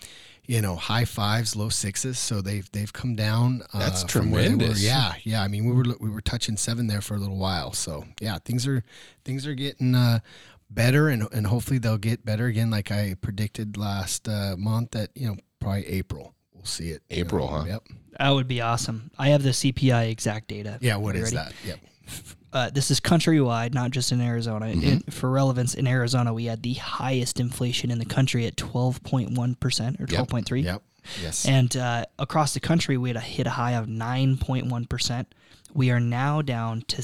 Speaker 4: you know high fives, low sixes. So they've they've come down. Uh,
Speaker 2: That's
Speaker 4: from where they were.
Speaker 2: tremendous.
Speaker 4: Yeah, Ah, yeah. I mean, we were we were touching seven there for a little while. So yeah, things are things are getting uh, better, and and hopefully they'll get better again, like I predicted last uh, month. That you know probably April we'll see it. you know.
Speaker 2: April, huh?
Speaker 4: Yep.
Speaker 5: that would be awesome. I have the CPI exact data.
Speaker 4: Yeah. What
Speaker 5: You
Speaker 4: is
Speaker 5: ready?
Speaker 4: that? Yep.
Speaker 5: uh, this is countrywide, not just in Arizona. In- for relevance, in Arizona, we had the highest inflation in the country at 12.1% or 12.3.
Speaker 4: Yep. Yes.
Speaker 5: And uh, across the country, we had a hit a high of 9.1%, We are now down to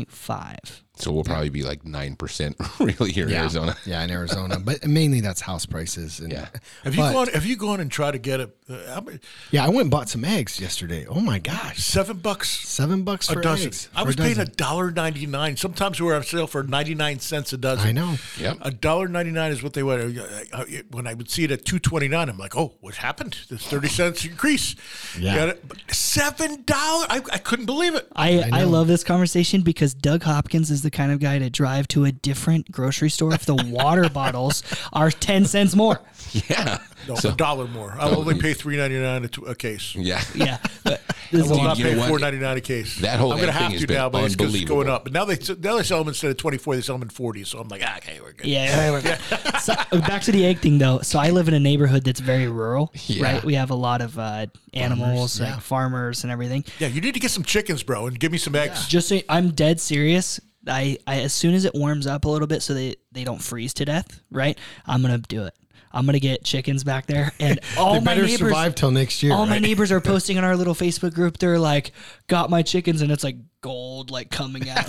Speaker 5: 6.5.
Speaker 2: So we'll probably be like 9% [laughs] really here in Arizona. [laughs]
Speaker 4: [laughs] Yeah, in Arizona, but mainly that's house prices. And
Speaker 2: Yeah.
Speaker 3: Have you
Speaker 4: but-
Speaker 3: gone? Have you gone and tried to get a uh, how many-
Speaker 4: Yeah, I went and bought some eggs yesterday. Oh my gosh,
Speaker 3: seven bucks
Speaker 4: seven bucks
Speaker 3: a
Speaker 4: for
Speaker 3: dozen?
Speaker 4: eggs.
Speaker 3: I
Speaker 4: for
Speaker 3: was paying a
Speaker 4: dozen.
Speaker 3: dollar ninety nine. Sometimes we were on sale for ninety nine cents a dozen.
Speaker 4: I know.
Speaker 2: Yep.
Speaker 3: A dollar ninety nine is what they were. I- I- When I would see it at two twenty nine, I'm like, "Oh, what happened? There's thirty cents increase."
Speaker 4: Yeah.
Speaker 3: Got it. But Seven dollar. I, I couldn't believe it.
Speaker 5: I, I, love this conversation because Doug Hopkins is the kind of guy to drive to a different grocery store if the water [laughs] bottles are 10 cents more.
Speaker 2: Yeah.
Speaker 3: No,
Speaker 2: So-
Speaker 3: a dollar more. I'll only pay three ninety nine a, t- a
Speaker 2: [laughs]
Speaker 3: case.
Speaker 2: Yeah.
Speaker 5: Yeah. But this
Speaker 3: I
Speaker 5: is
Speaker 3: will
Speaker 2: Dude,
Speaker 3: not
Speaker 2: you know
Speaker 3: pay
Speaker 2: what?
Speaker 3: four ninety nine a case.
Speaker 2: That whole
Speaker 3: I'm gonna
Speaker 2: egg thing
Speaker 3: have
Speaker 2: has
Speaker 3: to
Speaker 2: been
Speaker 3: now, but it's 'cause it's going
Speaker 2: unbelievable.
Speaker 3: up. But now they now they sell them instead of twenty four, they sell them in forty. So I'm like, ah, okay, we're good.
Speaker 4: [laughs]
Speaker 5: Yeah. so, uh, back to the egg thing, though. So I live in a neighborhood that's very rural,
Speaker 2: Yeah.
Speaker 5: right? We have a lot of uh, animals, like farmers and everything.
Speaker 3: Yeah, you need to get some chickens, bro, and give me some eggs.
Speaker 5: Just so I'm dead serious. I, I as soon as it warms up a little bit, so they they don't freeze to death, right? I'm gonna do it. I'm gonna get chickens back
Speaker 4: [laughs]
Speaker 5: there, and all
Speaker 4: They
Speaker 5: my
Speaker 4: better
Speaker 5: neighbors
Speaker 4: survive till next year.
Speaker 5: all my
Speaker 4: right?
Speaker 5: neighbors
Speaker 4: [laughs]
Speaker 5: are posting in our little Facebook group. They're like, "Got my chickens," and it's like gold, like
Speaker 4: [laughs]
Speaker 5: coming out. [laughs]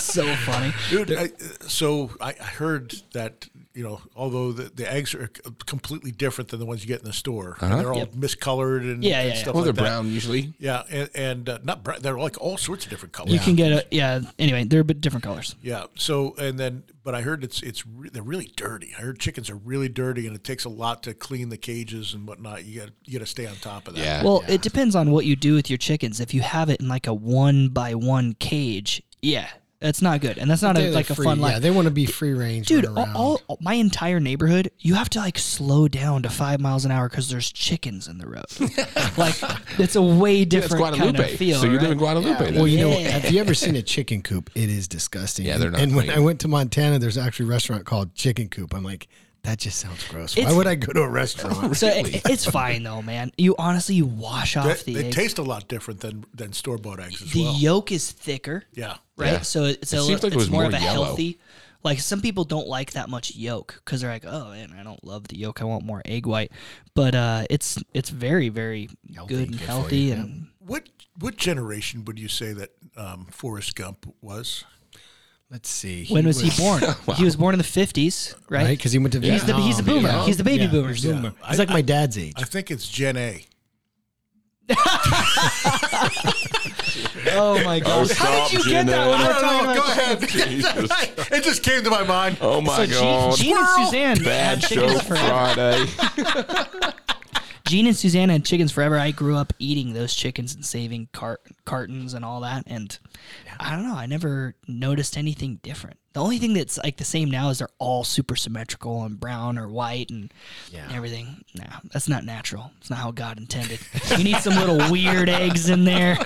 Speaker 5: so funny.
Speaker 3: Dude, I, so I I heard that you know, although the, the eggs are c- completely different than the ones you get in the store, and they're all
Speaker 5: Yep.
Speaker 3: miscolored and,
Speaker 5: Yeah,
Speaker 3: and
Speaker 5: yeah, yeah.
Speaker 2: Uh-huh.
Speaker 3: stuff
Speaker 2: Well, they're
Speaker 3: like that.
Speaker 2: brown usually.
Speaker 3: Yeah, and, and uh, not brown. They're like all sorts of different colors.
Speaker 5: You can get a yeah. Anyway, they're a bit different colors.
Speaker 3: Yeah. So and then, but I heard it's it's re- they're really dirty. I heard chickens are really dirty, and it takes a lot to clean the cages and whatnot. You got you got to stay on top of that.
Speaker 2: Yeah.
Speaker 5: Well, it depends on what you do with your chickens. If you have it in like a one by one cage, yeah, that's not good, and that's not a,
Speaker 4: They're
Speaker 5: like a
Speaker 4: free-
Speaker 5: fun life.
Speaker 4: Yeah, they want to be free range.
Speaker 5: Dude,
Speaker 4: run
Speaker 5: all,
Speaker 4: around.
Speaker 5: all, my entire neighborhood, you have to like slow down to five miles an hour because there's chickens in
Speaker 4: [laughs]
Speaker 5: the road. like it's a way
Speaker 2: That's
Speaker 5: different
Speaker 2: Guadalupe.
Speaker 5: kind of feel.
Speaker 2: so you
Speaker 5: right?
Speaker 2: live in Guadalupe. then.
Speaker 4: Well, you know,
Speaker 5: Yeah.
Speaker 4: have you ever
Speaker 5: [laughs]
Speaker 4: seen a chicken coop? It is disgusting.
Speaker 2: Yeah, they're not
Speaker 4: And when
Speaker 2: clean.
Speaker 4: I went to Montana, there's actually a restaurant called Chicken Coop. I'm like, that just sounds gross. Why
Speaker 5: It's-
Speaker 4: would I go to a
Speaker 5: [laughs]
Speaker 4: restaurant?
Speaker 5: So it- it's fine though, man. You honestly you wash
Speaker 3: They,
Speaker 5: off the
Speaker 3: they
Speaker 5: egg.
Speaker 3: taste a lot different than than store bought eggs as
Speaker 5: the
Speaker 3: well.
Speaker 5: yolk is thicker,
Speaker 3: yeah.
Speaker 5: right?
Speaker 2: Yeah.
Speaker 5: So it's a
Speaker 2: seems
Speaker 5: little,
Speaker 2: like it
Speaker 5: it's
Speaker 2: was
Speaker 5: more,
Speaker 2: more
Speaker 5: of a
Speaker 2: yellow.
Speaker 5: healthy. Like some people don't like that much yolk because they're like, oh man, I don't love the yolk. I want more egg white. But uh, it's it's very very good and healthy and
Speaker 3: What what generation would you say that um, Forrest Gump was?
Speaker 4: Let's see.
Speaker 5: When was, he born?
Speaker 2: [laughs]
Speaker 5: He was born in the fifties,
Speaker 4: [laughs]
Speaker 5: right?
Speaker 4: Right, because he went to
Speaker 5: he's the
Speaker 4: Vietnam.
Speaker 5: he's a boomer.
Speaker 2: yeah.
Speaker 5: He's the baby
Speaker 4: Yeah,
Speaker 5: boomer.
Speaker 4: he's a boomer.
Speaker 3: Yeah.
Speaker 4: He's like my dad's age.
Speaker 3: I think it's Gen A. [laughs]
Speaker 5: Oh my gosh! How did you get that when we're talking about [laughs]
Speaker 2: Jesus.
Speaker 3: it just came to my mind.
Speaker 2: [laughs] Oh my
Speaker 5: So Gene,
Speaker 2: God.
Speaker 5: Gene and Suzanne had
Speaker 2: Bad
Speaker 5: chickens
Speaker 2: show
Speaker 5: forever.
Speaker 2: Friday.
Speaker 5: Gene and Suzanne had chickens forever. I grew up eating those chickens and saving cart- cartons and all that. And I don't know. I never noticed anything different. The only thing that's like the same now is they're all super symmetrical and brown or white and everything. No, that's not natural. It's not how God intended. you need some
Speaker 3: [laughs]
Speaker 5: little weird eggs in there.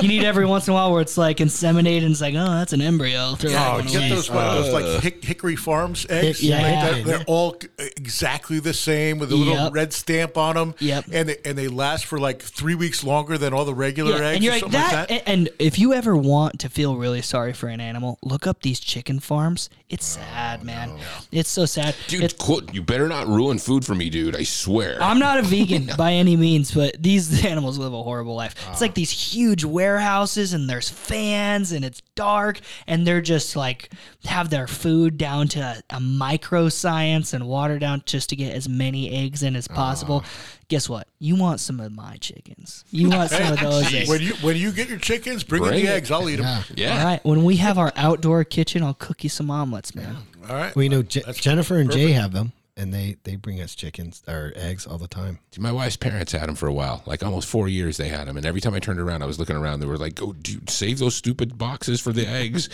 Speaker 5: You need every once in a while where it's like inseminated and it's like, oh, that's an embryo. Throw
Speaker 2: Oh,
Speaker 5: that one away.
Speaker 3: Get those, what, those like hick, Hickory Farms eggs.
Speaker 4: yeah,
Speaker 3: Like that-
Speaker 4: yeah.
Speaker 3: they're all exactly the same with a little
Speaker 5: Yep.
Speaker 3: red stamp on them.
Speaker 5: Yep.
Speaker 3: And they, and they last for like three weeks longer than all the regular eggs
Speaker 5: and you're
Speaker 3: or
Speaker 5: like
Speaker 3: something like
Speaker 5: that,
Speaker 3: that.
Speaker 5: a- And if you ever want to feel really sorry for an animal, look up these chicken farms. It's
Speaker 3: Oh,
Speaker 5: sad, man. It's so sad.
Speaker 2: Dude,
Speaker 5: It's-
Speaker 2: quote, you better not ruin food for me, dude. I swear.
Speaker 5: I'm not
Speaker 3: [laughs]
Speaker 5: a vegan by any means, but these [laughs] animals live a horrible life.
Speaker 3: Ah.
Speaker 5: It's like these huge warehouses, and there's fans, and it's dark, and they're just like have their food down to a, a microscience and water down just to get as many eggs in as
Speaker 3: Ah.
Speaker 5: possible. Guess what? You want some of my chickens. You
Speaker 3: [laughs]
Speaker 5: want some of those eggs.
Speaker 3: when you when you get your chickens, bring,
Speaker 2: Bring
Speaker 3: in the
Speaker 2: it.
Speaker 3: eggs. I'll eat them.
Speaker 2: yeah.
Speaker 5: All right. When we have our outdoor kitchen, I'll cook you some omelets, man.
Speaker 3: All right.
Speaker 4: Well, you know, Je- Jennifer and Jay have them, and they they bring us chickens or eggs all the time.
Speaker 2: Dude, my wife's parents had them for a while, like almost four years. They had them, and every time I turned around, I was looking around. They were like, "Oh, dude, save those stupid boxes for the eggs."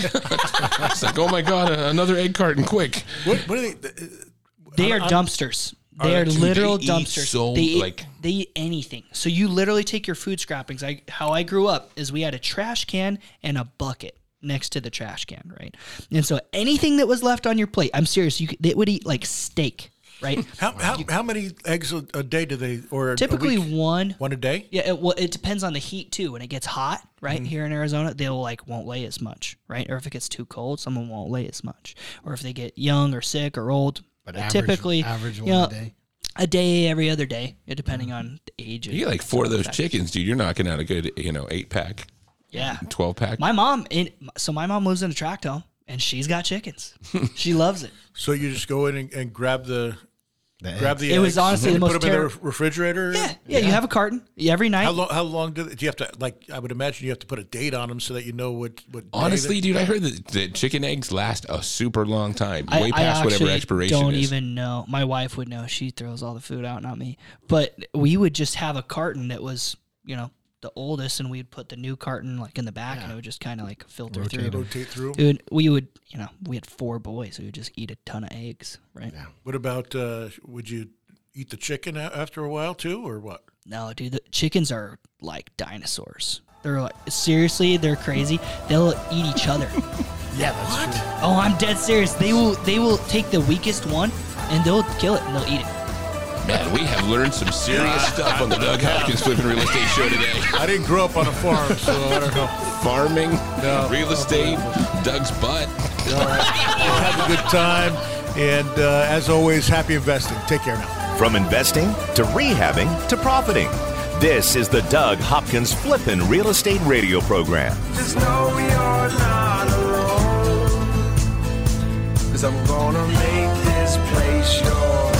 Speaker 2: [laughs] it's like, "Oh my god, a- another egg carton, quick!"
Speaker 3: What, what are they? th-
Speaker 5: They are dumpsters. They are
Speaker 2: Dude,
Speaker 5: literal
Speaker 2: they eat
Speaker 5: dumpsters.
Speaker 2: so,
Speaker 5: they eat,
Speaker 2: like-
Speaker 5: they eat anything. So you literally take your food scrappings. I how I grew up is we had a trash can and a bucket next to the trash can, right? And so anything that was left on your plate, I'm serious, you could- they would eat like steak,
Speaker 2: [laughs]
Speaker 5: right?
Speaker 3: How, how, how many eggs a, a day do they or
Speaker 5: Typically
Speaker 3: a week?
Speaker 5: one
Speaker 3: one a day?
Speaker 5: Yeah, it, well, it depends on the heat too. When it gets hot, right here in Arizona, they'll like won't lay as much, right? Or if it gets too cold, someone won't lay as much. Or if they get young or sick or old,
Speaker 4: But
Speaker 5: uh,
Speaker 4: average-
Speaker 5: typically
Speaker 4: average
Speaker 5: you
Speaker 4: one a
Speaker 5: know,
Speaker 4: day?
Speaker 5: a day every other day, depending on the age.
Speaker 2: You get like four of those chickens, dude. You're knocking out a good, you know, eight pack,
Speaker 5: Yeah.
Speaker 2: 12 pack.
Speaker 5: My mom, in, so my mom lives in a tract home, and she's got chickens. she loves it.
Speaker 3: So you just go in and, and grab the
Speaker 4: The
Speaker 3: grab the.
Speaker 5: It was
Speaker 3: eggs
Speaker 5: honestly
Speaker 3: and
Speaker 5: the
Speaker 3: put
Speaker 5: most
Speaker 3: them in the
Speaker 5: terri-
Speaker 3: ref- refrigerator.
Speaker 5: Yeah, yeah. You have a carton every night.
Speaker 3: How long? How long do, do you have to like? I would imagine you have to put a date on them so that you know what. what day
Speaker 2: Honestly,
Speaker 3: that-
Speaker 2: dude, I heard that, that chicken eggs last a super long time,
Speaker 5: I-
Speaker 2: way
Speaker 5: I,
Speaker 2: past whatever
Speaker 5: actually
Speaker 2: expiration
Speaker 5: don't
Speaker 2: is.
Speaker 5: even know. My wife would know. She throws all the food out, not me. But we would just have a carton that was, you know, the oldest, and we'd put the new carton like in the back, and it would just kind of like filter through.
Speaker 3: rotate through.
Speaker 5: It would, we would, you know, we had four boys. We would just eat a ton of eggs, right?
Speaker 3: What about? Uh, would you eat the chicken a- after a while too, or what?
Speaker 5: No, dude, the chickens are like dinosaurs. They're like seriously, they're crazy. They'll eat each
Speaker 2: [laughs]
Speaker 5: other.
Speaker 3: Yeah, that's true.
Speaker 5: oh, I'm dead serious. They will they will take the weakest one and they'll kill it and they'll eat it.
Speaker 2: Man, we have learned some serious stuff on the Doug Hopkins Flipping Real Estate Show today.
Speaker 3: I didn't grow up on a farm, so I don't know.
Speaker 2: Farming, real estate, Doug's butt.
Speaker 3: Have a good time, and uh, as always, happy investing. Take care now.
Speaker 1: From investing to rehabbing to profiting. This is the Doug Hopkins Flippin' Real Estate Radio Program.
Speaker 7: Just know you're not alone. Cause I'm gonna make this place yours.